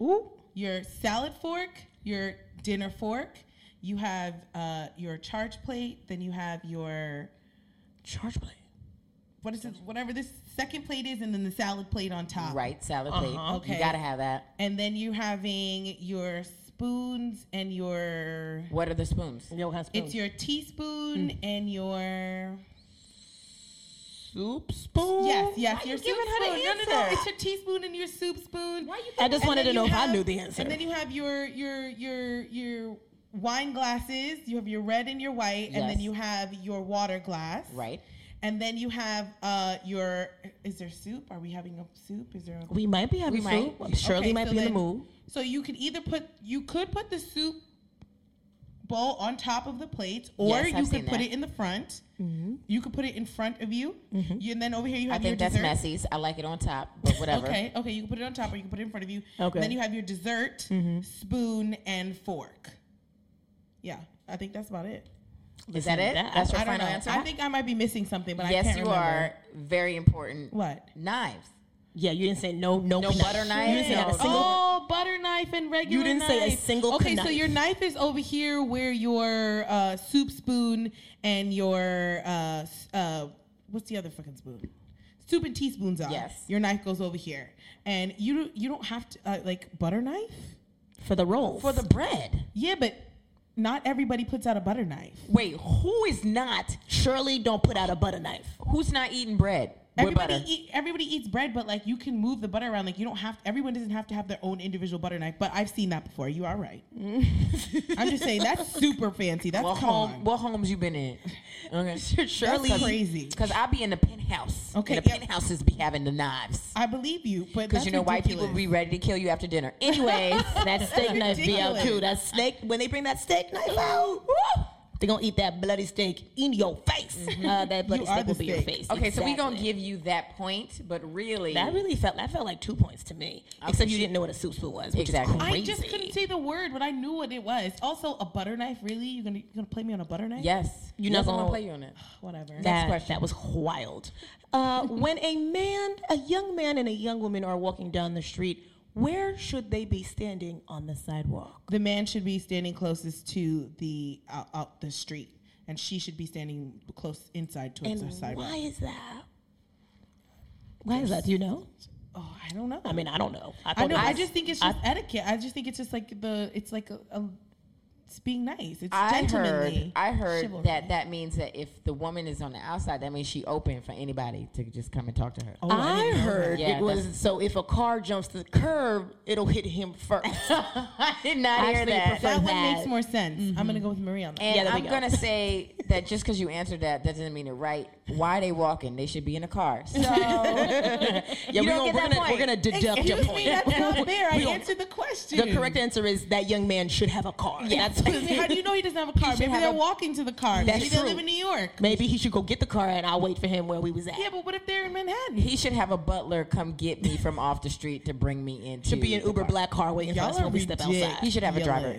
Speaker 3: Ooh. your salad fork, your dinner fork, you have uh, your charge plate, then you have your
Speaker 5: Charge plate.
Speaker 3: what is it? Whatever this second plate is, and then the salad plate on top.
Speaker 6: Right, salad plate.
Speaker 3: Uh-huh, okay.
Speaker 6: You gotta have that.
Speaker 3: And then you're having your spoons and your
Speaker 6: What are the spoons?
Speaker 5: Yo has
Speaker 3: it's your teaspoon
Speaker 5: Mm.
Speaker 3: and your
Speaker 5: soup spoon.
Speaker 3: yes yes your
Speaker 5: you giving her the
Speaker 3: spoon. No no no,
Speaker 5: answer?
Speaker 3: it's your teaspoon and your soup spoon. Why you
Speaker 5: I just wanted to know if I knew the answer.
Speaker 3: And then you have your your your your wine glasses. You have your red and your white, and then
Speaker 6: Yes.
Speaker 3: you have your water glass.
Speaker 6: Right.
Speaker 3: And then you have uh, your is there soup? Are we having a soup? Is there a
Speaker 5: We might be having
Speaker 6: We
Speaker 5: soup.
Speaker 6: might.
Speaker 5: Shirley
Speaker 3: Okay,
Speaker 5: might
Speaker 3: so
Speaker 5: be in
Speaker 3: then-
Speaker 5: the mood.
Speaker 3: So you could either put you could put the soup bowl on top of the plate, or
Speaker 6: Yes, I've
Speaker 3: you could
Speaker 6: seen
Speaker 3: put
Speaker 6: that. Mm-hmm.
Speaker 3: it in the front. You could put it in front of you. You- and then over here you
Speaker 6: I
Speaker 3: have your
Speaker 6: think that's
Speaker 3: dessert.
Speaker 6: Messy's. I like it on top, but whatever.
Speaker 3: Okay, okay, you can put it on top, or you can put it in front of you.
Speaker 5: Okay.
Speaker 3: And then you have your dessert,
Speaker 6: Mm-hmm.
Speaker 3: spoon, and fork. Yeah, I think that's about it.
Speaker 6: Is that it?
Speaker 5: that-
Speaker 6: that's your
Speaker 3: I don't
Speaker 6: final
Speaker 3: know.
Speaker 6: answer?
Speaker 3: I think I might be missing something, but I
Speaker 6: yes,
Speaker 3: can't
Speaker 6: you
Speaker 3: remember.
Speaker 6: are. Very important.
Speaker 3: What?
Speaker 6: Knives.
Speaker 5: Yeah, you didn't say no, no,
Speaker 6: No
Speaker 5: knife.
Speaker 6: butter
Speaker 5: You
Speaker 6: knife?
Speaker 5: didn't say not a
Speaker 6: No.
Speaker 5: single.
Speaker 3: Oh, butter knife and regular.
Speaker 5: You didn't say a
Speaker 3: knife.
Speaker 5: single
Speaker 3: Okay, so
Speaker 5: knife.
Speaker 3: your knife is over here where your uh, soup spoon and your uh, s- uh, what's the other fucking spoon? Soup and teaspoons are.
Speaker 6: Yes.
Speaker 3: Your knife goes over here, and you don't- you don't have to uh, like butter knife.
Speaker 5: for the roll.
Speaker 6: For the bread.
Speaker 3: Yeah, but not everybody puts out a butter knife.
Speaker 6: Wait, who is not?
Speaker 5: Shirley, don't put out a butter knife.
Speaker 6: Who's not eating bread? With
Speaker 3: Everybody,
Speaker 6: butter.
Speaker 3: eat, everybody eats bread, but like you can move the butter around. Like you don't have. everyone doesn't have to have their own individual butter knife. But I've seen that before. You are right. I'm just saying that's super fancy. That's
Speaker 6: What
Speaker 3: come on.
Speaker 6: home? What homes you been in? Okay. Shirley,
Speaker 3: crazy.
Speaker 6: Because I be in the penthouse.
Speaker 3: Okay,
Speaker 6: And the
Speaker 3: yep.
Speaker 6: penthouses be having the knives.
Speaker 3: I believe you, but
Speaker 6: Because
Speaker 3: that's
Speaker 6: you know white people
Speaker 3: ridiculous.
Speaker 6: be ready to kill you after dinner. Anyways,
Speaker 5: That steak knife be out
Speaker 3: ridiculous.
Speaker 5: too. That snake, when they bring that steak knife out, woo, they gonna eat that bloody steak in your face. Uh, that bloody
Speaker 3: You are
Speaker 5: steak will
Speaker 3: the
Speaker 5: be your
Speaker 3: steak.
Speaker 5: face.
Speaker 6: okay, so we gonna
Speaker 5: Exactly.
Speaker 6: give you that point, but really,
Speaker 5: That really felt. That felt like two points to me.
Speaker 2: Oh,
Speaker 5: Except you didn't know what a soup spoon was, which
Speaker 6: Exactly.
Speaker 5: is
Speaker 3: I
Speaker 5: crazy.
Speaker 3: just couldn't say the word, but I knew what it was. Also, a butter knife. Really, you gonna you gonna play me on a butter knife?
Speaker 6: yes,
Speaker 5: You're not
Speaker 6: Yes, I'm
Speaker 5: gonna-
Speaker 6: play you on that.
Speaker 3: Whatever.
Speaker 5: that, that was wild. Uh, when a man, a young man, and a young woman are walking down the street, where should they be standing on the sidewalk?
Speaker 3: the man should be standing closest to the out, out the street, and she should be standing close inside towards
Speaker 5: And
Speaker 3: the sidewalk.
Speaker 5: why is that? Why is that? Do you know?
Speaker 3: Oh, I don't know.
Speaker 5: I mean, I don't know. I,
Speaker 3: I
Speaker 5: thought
Speaker 3: know.
Speaker 5: it
Speaker 3: I
Speaker 5: was-
Speaker 3: just think it's just etiquette. I just think it's just like the. It's like a. a it's being nice. It's
Speaker 6: I
Speaker 3: gentlemanly.
Speaker 6: heard, I heard
Speaker 3: chivalry.
Speaker 6: that that means that if the woman is on the outside, that means she open for anybody to just come and talk to her.
Speaker 5: I heard
Speaker 6: Yeah,
Speaker 5: it was so if a car jumps the curb, it'll hit him first.
Speaker 6: I did not hear
Speaker 5: Actually
Speaker 6: that. Mm-hmm.
Speaker 5: prefer-
Speaker 3: That one
Speaker 5: that.
Speaker 3: makes more sense. I'm gonna go with Marie on that.
Speaker 6: And
Speaker 5: Yeah, there we
Speaker 6: I'm
Speaker 5: go.
Speaker 6: gonna say that just because you answered that, that doesn't mean it right. Why they walking? They should be in a car. So
Speaker 5: yeah,
Speaker 6: You
Speaker 5: we
Speaker 6: don't
Speaker 5: gonna,
Speaker 6: get
Speaker 5: we're
Speaker 6: that
Speaker 5: gonna
Speaker 6: point.
Speaker 5: we're gonna deduct your
Speaker 3: Excuse me,
Speaker 5: point.
Speaker 3: that's not fair. I
Speaker 5: We don't-
Speaker 3: answered the question.
Speaker 5: the correct answer is that young man should have a car. That's
Speaker 3: I mean, How do you know he doesn't have a car?
Speaker 6: should
Speaker 3: Maybe
Speaker 6: have
Speaker 3: they're
Speaker 6: a-
Speaker 3: walking to the car.
Speaker 5: That's
Speaker 3: Maybe they live
Speaker 5: true.
Speaker 3: in New York.
Speaker 5: Maybe he should go get the car and I'll wait for him where we was at.
Speaker 3: Yeah, but what if they're in Manhattan?
Speaker 6: he should have a butler come get me from off the street to bring me into.
Speaker 5: should be an
Speaker 6: the
Speaker 5: Uber
Speaker 6: car.
Speaker 5: black car waiting for
Speaker 3: Y'all
Speaker 5: us
Speaker 3: are
Speaker 5: when we step
Speaker 3: ridic-
Speaker 5: outside.
Speaker 6: He should have a driver.
Speaker 3: Yellow.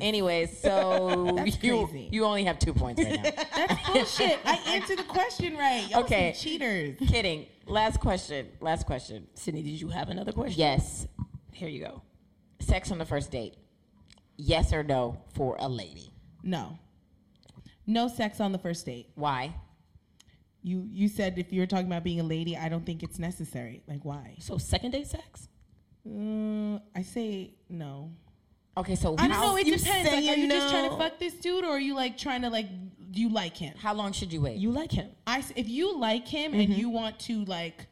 Speaker 6: Anyways, so
Speaker 3: That's
Speaker 6: you
Speaker 3: crazy.
Speaker 6: you only have two points right now.
Speaker 3: That's bullshit. I answered the question right. Y'all
Speaker 6: Okay.
Speaker 3: some cheaters.
Speaker 6: Kidding. Last question. Last question.
Speaker 5: Sydney, did you have another question?
Speaker 6: Yes.
Speaker 5: Here you go.
Speaker 6: Sex on the first date. Yes or no for a lady.
Speaker 3: No, no sex on the first date.
Speaker 6: Why?
Speaker 3: You you said if you were talking about being a lady, I don't think it's necessary. Like why?
Speaker 5: So second date sex?
Speaker 3: Uh, I say no.
Speaker 6: Okay, so
Speaker 3: I don't
Speaker 6: how,
Speaker 3: know. It
Speaker 5: you
Speaker 3: depends. Like, are
Speaker 5: saying
Speaker 3: you just trying to
Speaker 5: no?
Speaker 3: fuck this dude, or are you like trying to like? Do you like him?
Speaker 6: how long should you wait?
Speaker 5: You like him?
Speaker 3: I s- if you like him and you want to like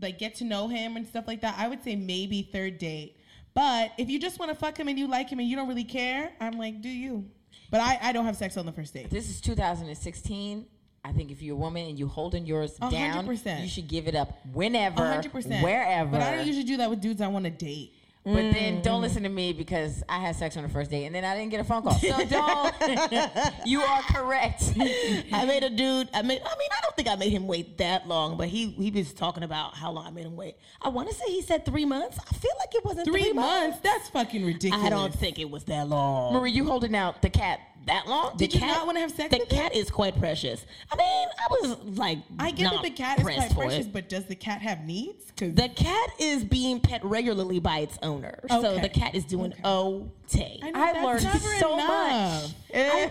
Speaker 3: like get to know him and stuff like that, I would say maybe third date. But if you just want to fuck him and you like him and you don't really care, I'm like, do you? But I, I don't have sex on the first date.
Speaker 6: This is 2016. I think if you're a woman and you holding yours
Speaker 3: A hundred
Speaker 6: down,
Speaker 3: percent.
Speaker 6: you should give it up whenever,
Speaker 3: 100%.
Speaker 6: wherever.
Speaker 3: But I don't usually Mm. do that with dudes I want to date.
Speaker 6: But then don't listen to me because I had sex on the first date and then I didn't get a phone call. So don't. you are correct.
Speaker 5: I made a dude. I made. I mean, I don't think I made him wait that long, but he he was talking about how long I made him wait. I want to say he said three months. I feel like it wasn't
Speaker 3: Three months? That's fucking ridiculous.
Speaker 5: I don't think it was that long.
Speaker 6: Marie, you holding out the cat
Speaker 2: that long.
Speaker 3: Did you not wanna have sex
Speaker 2: The
Speaker 3: with
Speaker 2: cat is quite precious. I mean, I was like,
Speaker 3: I get
Speaker 2: not
Speaker 3: that the cat is
Speaker 2: pressed
Speaker 3: quite
Speaker 2: for
Speaker 3: precious,
Speaker 2: it.
Speaker 3: but does the cat have needs? 'Cause
Speaker 2: The cat is being pet regularly by its owner, so
Speaker 3: Okay.
Speaker 2: the cat is doing okay.
Speaker 3: know
Speaker 6: I
Speaker 3: that's
Speaker 6: learned
Speaker 3: never
Speaker 6: so
Speaker 3: enough.
Speaker 6: much.
Speaker 3: uh,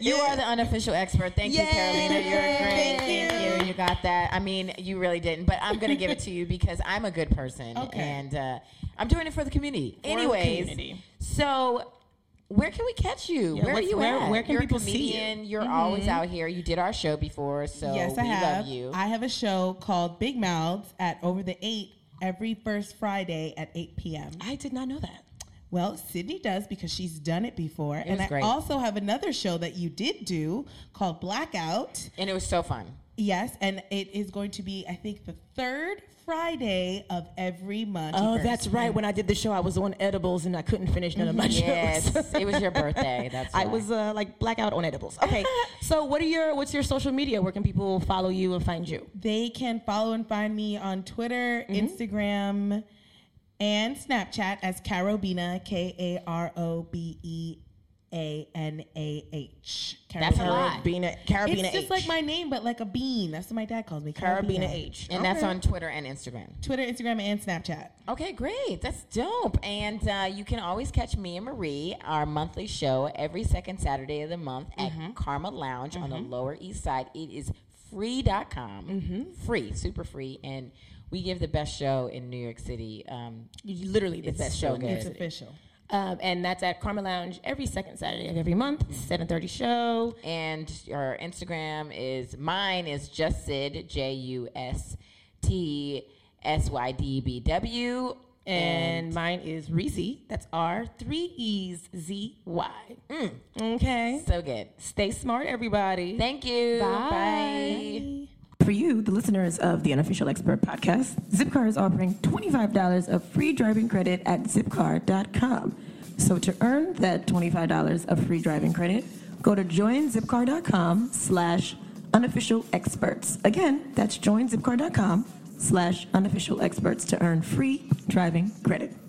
Speaker 6: You are the unofficial expert. Thank you, Carolina. You're great. Thank you. You got that. I mean, you really didn't, but I'm gonna give it to you because I'm a good person
Speaker 3: Okay.
Speaker 6: and uh, I'm doing it for the community. Anyways, so where can we catch you? where are
Speaker 2: what's-
Speaker 6: you
Speaker 2: where-
Speaker 6: at?
Speaker 2: where can
Speaker 6: You're
Speaker 2: people
Speaker 6: a
Speaker 2: see you?
Speaker 6: comedian. you? are always out here. You did our show before, so
Speaker 3: yes,
Speaker 6: we
Speaker 3: I have.
Speaker 6: love you.
Speaker 3: I have a show called Big Mouths at Over the Eight every first Friday at 8 p.m.
Speaker 2: I did not know that.
Speaker 3: Well, Sydney does because she's done it before. and
Speaker 6: was
Speaker 3: I
Speaker 6: great.
Speaker 3: also have another show that you did do called Blackout.
Speaker 6: and it was so fun.
Speaker 3: Yes, and it is going to be, I think, the third Friday of every month.
Speaker 2: Oh, that's right. When I did the show, I was on edibles and I couldn't finish none of my
Speaker 5: Mm-hmm.
Speaker 2: shows.
Speaker 6: Yes, it was your birthday. That's
Speaker 2: I
Speaker 6: why.
Speaker 2: was uh, like blackout on edibles. Okay, so what are your what's your social media? Where can people follow you and find you?
Speaker 3: They can follow and find me on Twitter,
Speaker 2: Mm-hmm.
Speaker 3: Instagram, and Snapchat as Carobina, K A R O B E A N A H.
Speaker 6: That's a lot.
Speaker 2: Carabina, Carabina
Speaker 3: It's just
Speaker 2: H.
Speaker 3: like my name, but like a bean. That's what my dad calls me.
Speaker 2: Carabina H.
Speaker 6: and that's on Twitter and Instagram.
Speaker 3: Twitter, Instagram, and Snapchat.
Speaker 6: Okay, great. That's dope. And uh, you can always catch me and Marie, our monthly show, every second Saturday of the month at Karma Lounge on the Lower East Side. It is free.com. Free, super free. And we give the best show in New York City. Um,
Speaker 2: Literally the
Speaker 6: it's
Speaker 2: best
Speaker 6: so
Speaker 2: show. in New York
Speaker 6: good.
Speaker 2: City.
Speaker 3: It's official.
Speaker 2: Um, and that's at Karma Lounge every second Saturday of every month, seven thirty show.
Speaker 6: and our Instagram is mine is just Sid, J U S T S Y D B W.
Speaker 2: And mine is Reezy. That's R three E's Z Y.
Speaker 3: Mm.
Speaker 2: Okay.
Speaker 6: So good.
Speaker 2: Stay smart, everybody.
Speaker 6: Thank you. Bye.
Speaker 1: For you, the listeners of the Unofficial Expert Podcast, Zipcar is offering $25 of free driving credit at zipcar.com. So to earn that $25 of free driving credit, go to joinzipcar.com slash unofficial experts. Again, that's joinzipcar.com slash unofficial experts to earn free driving credit.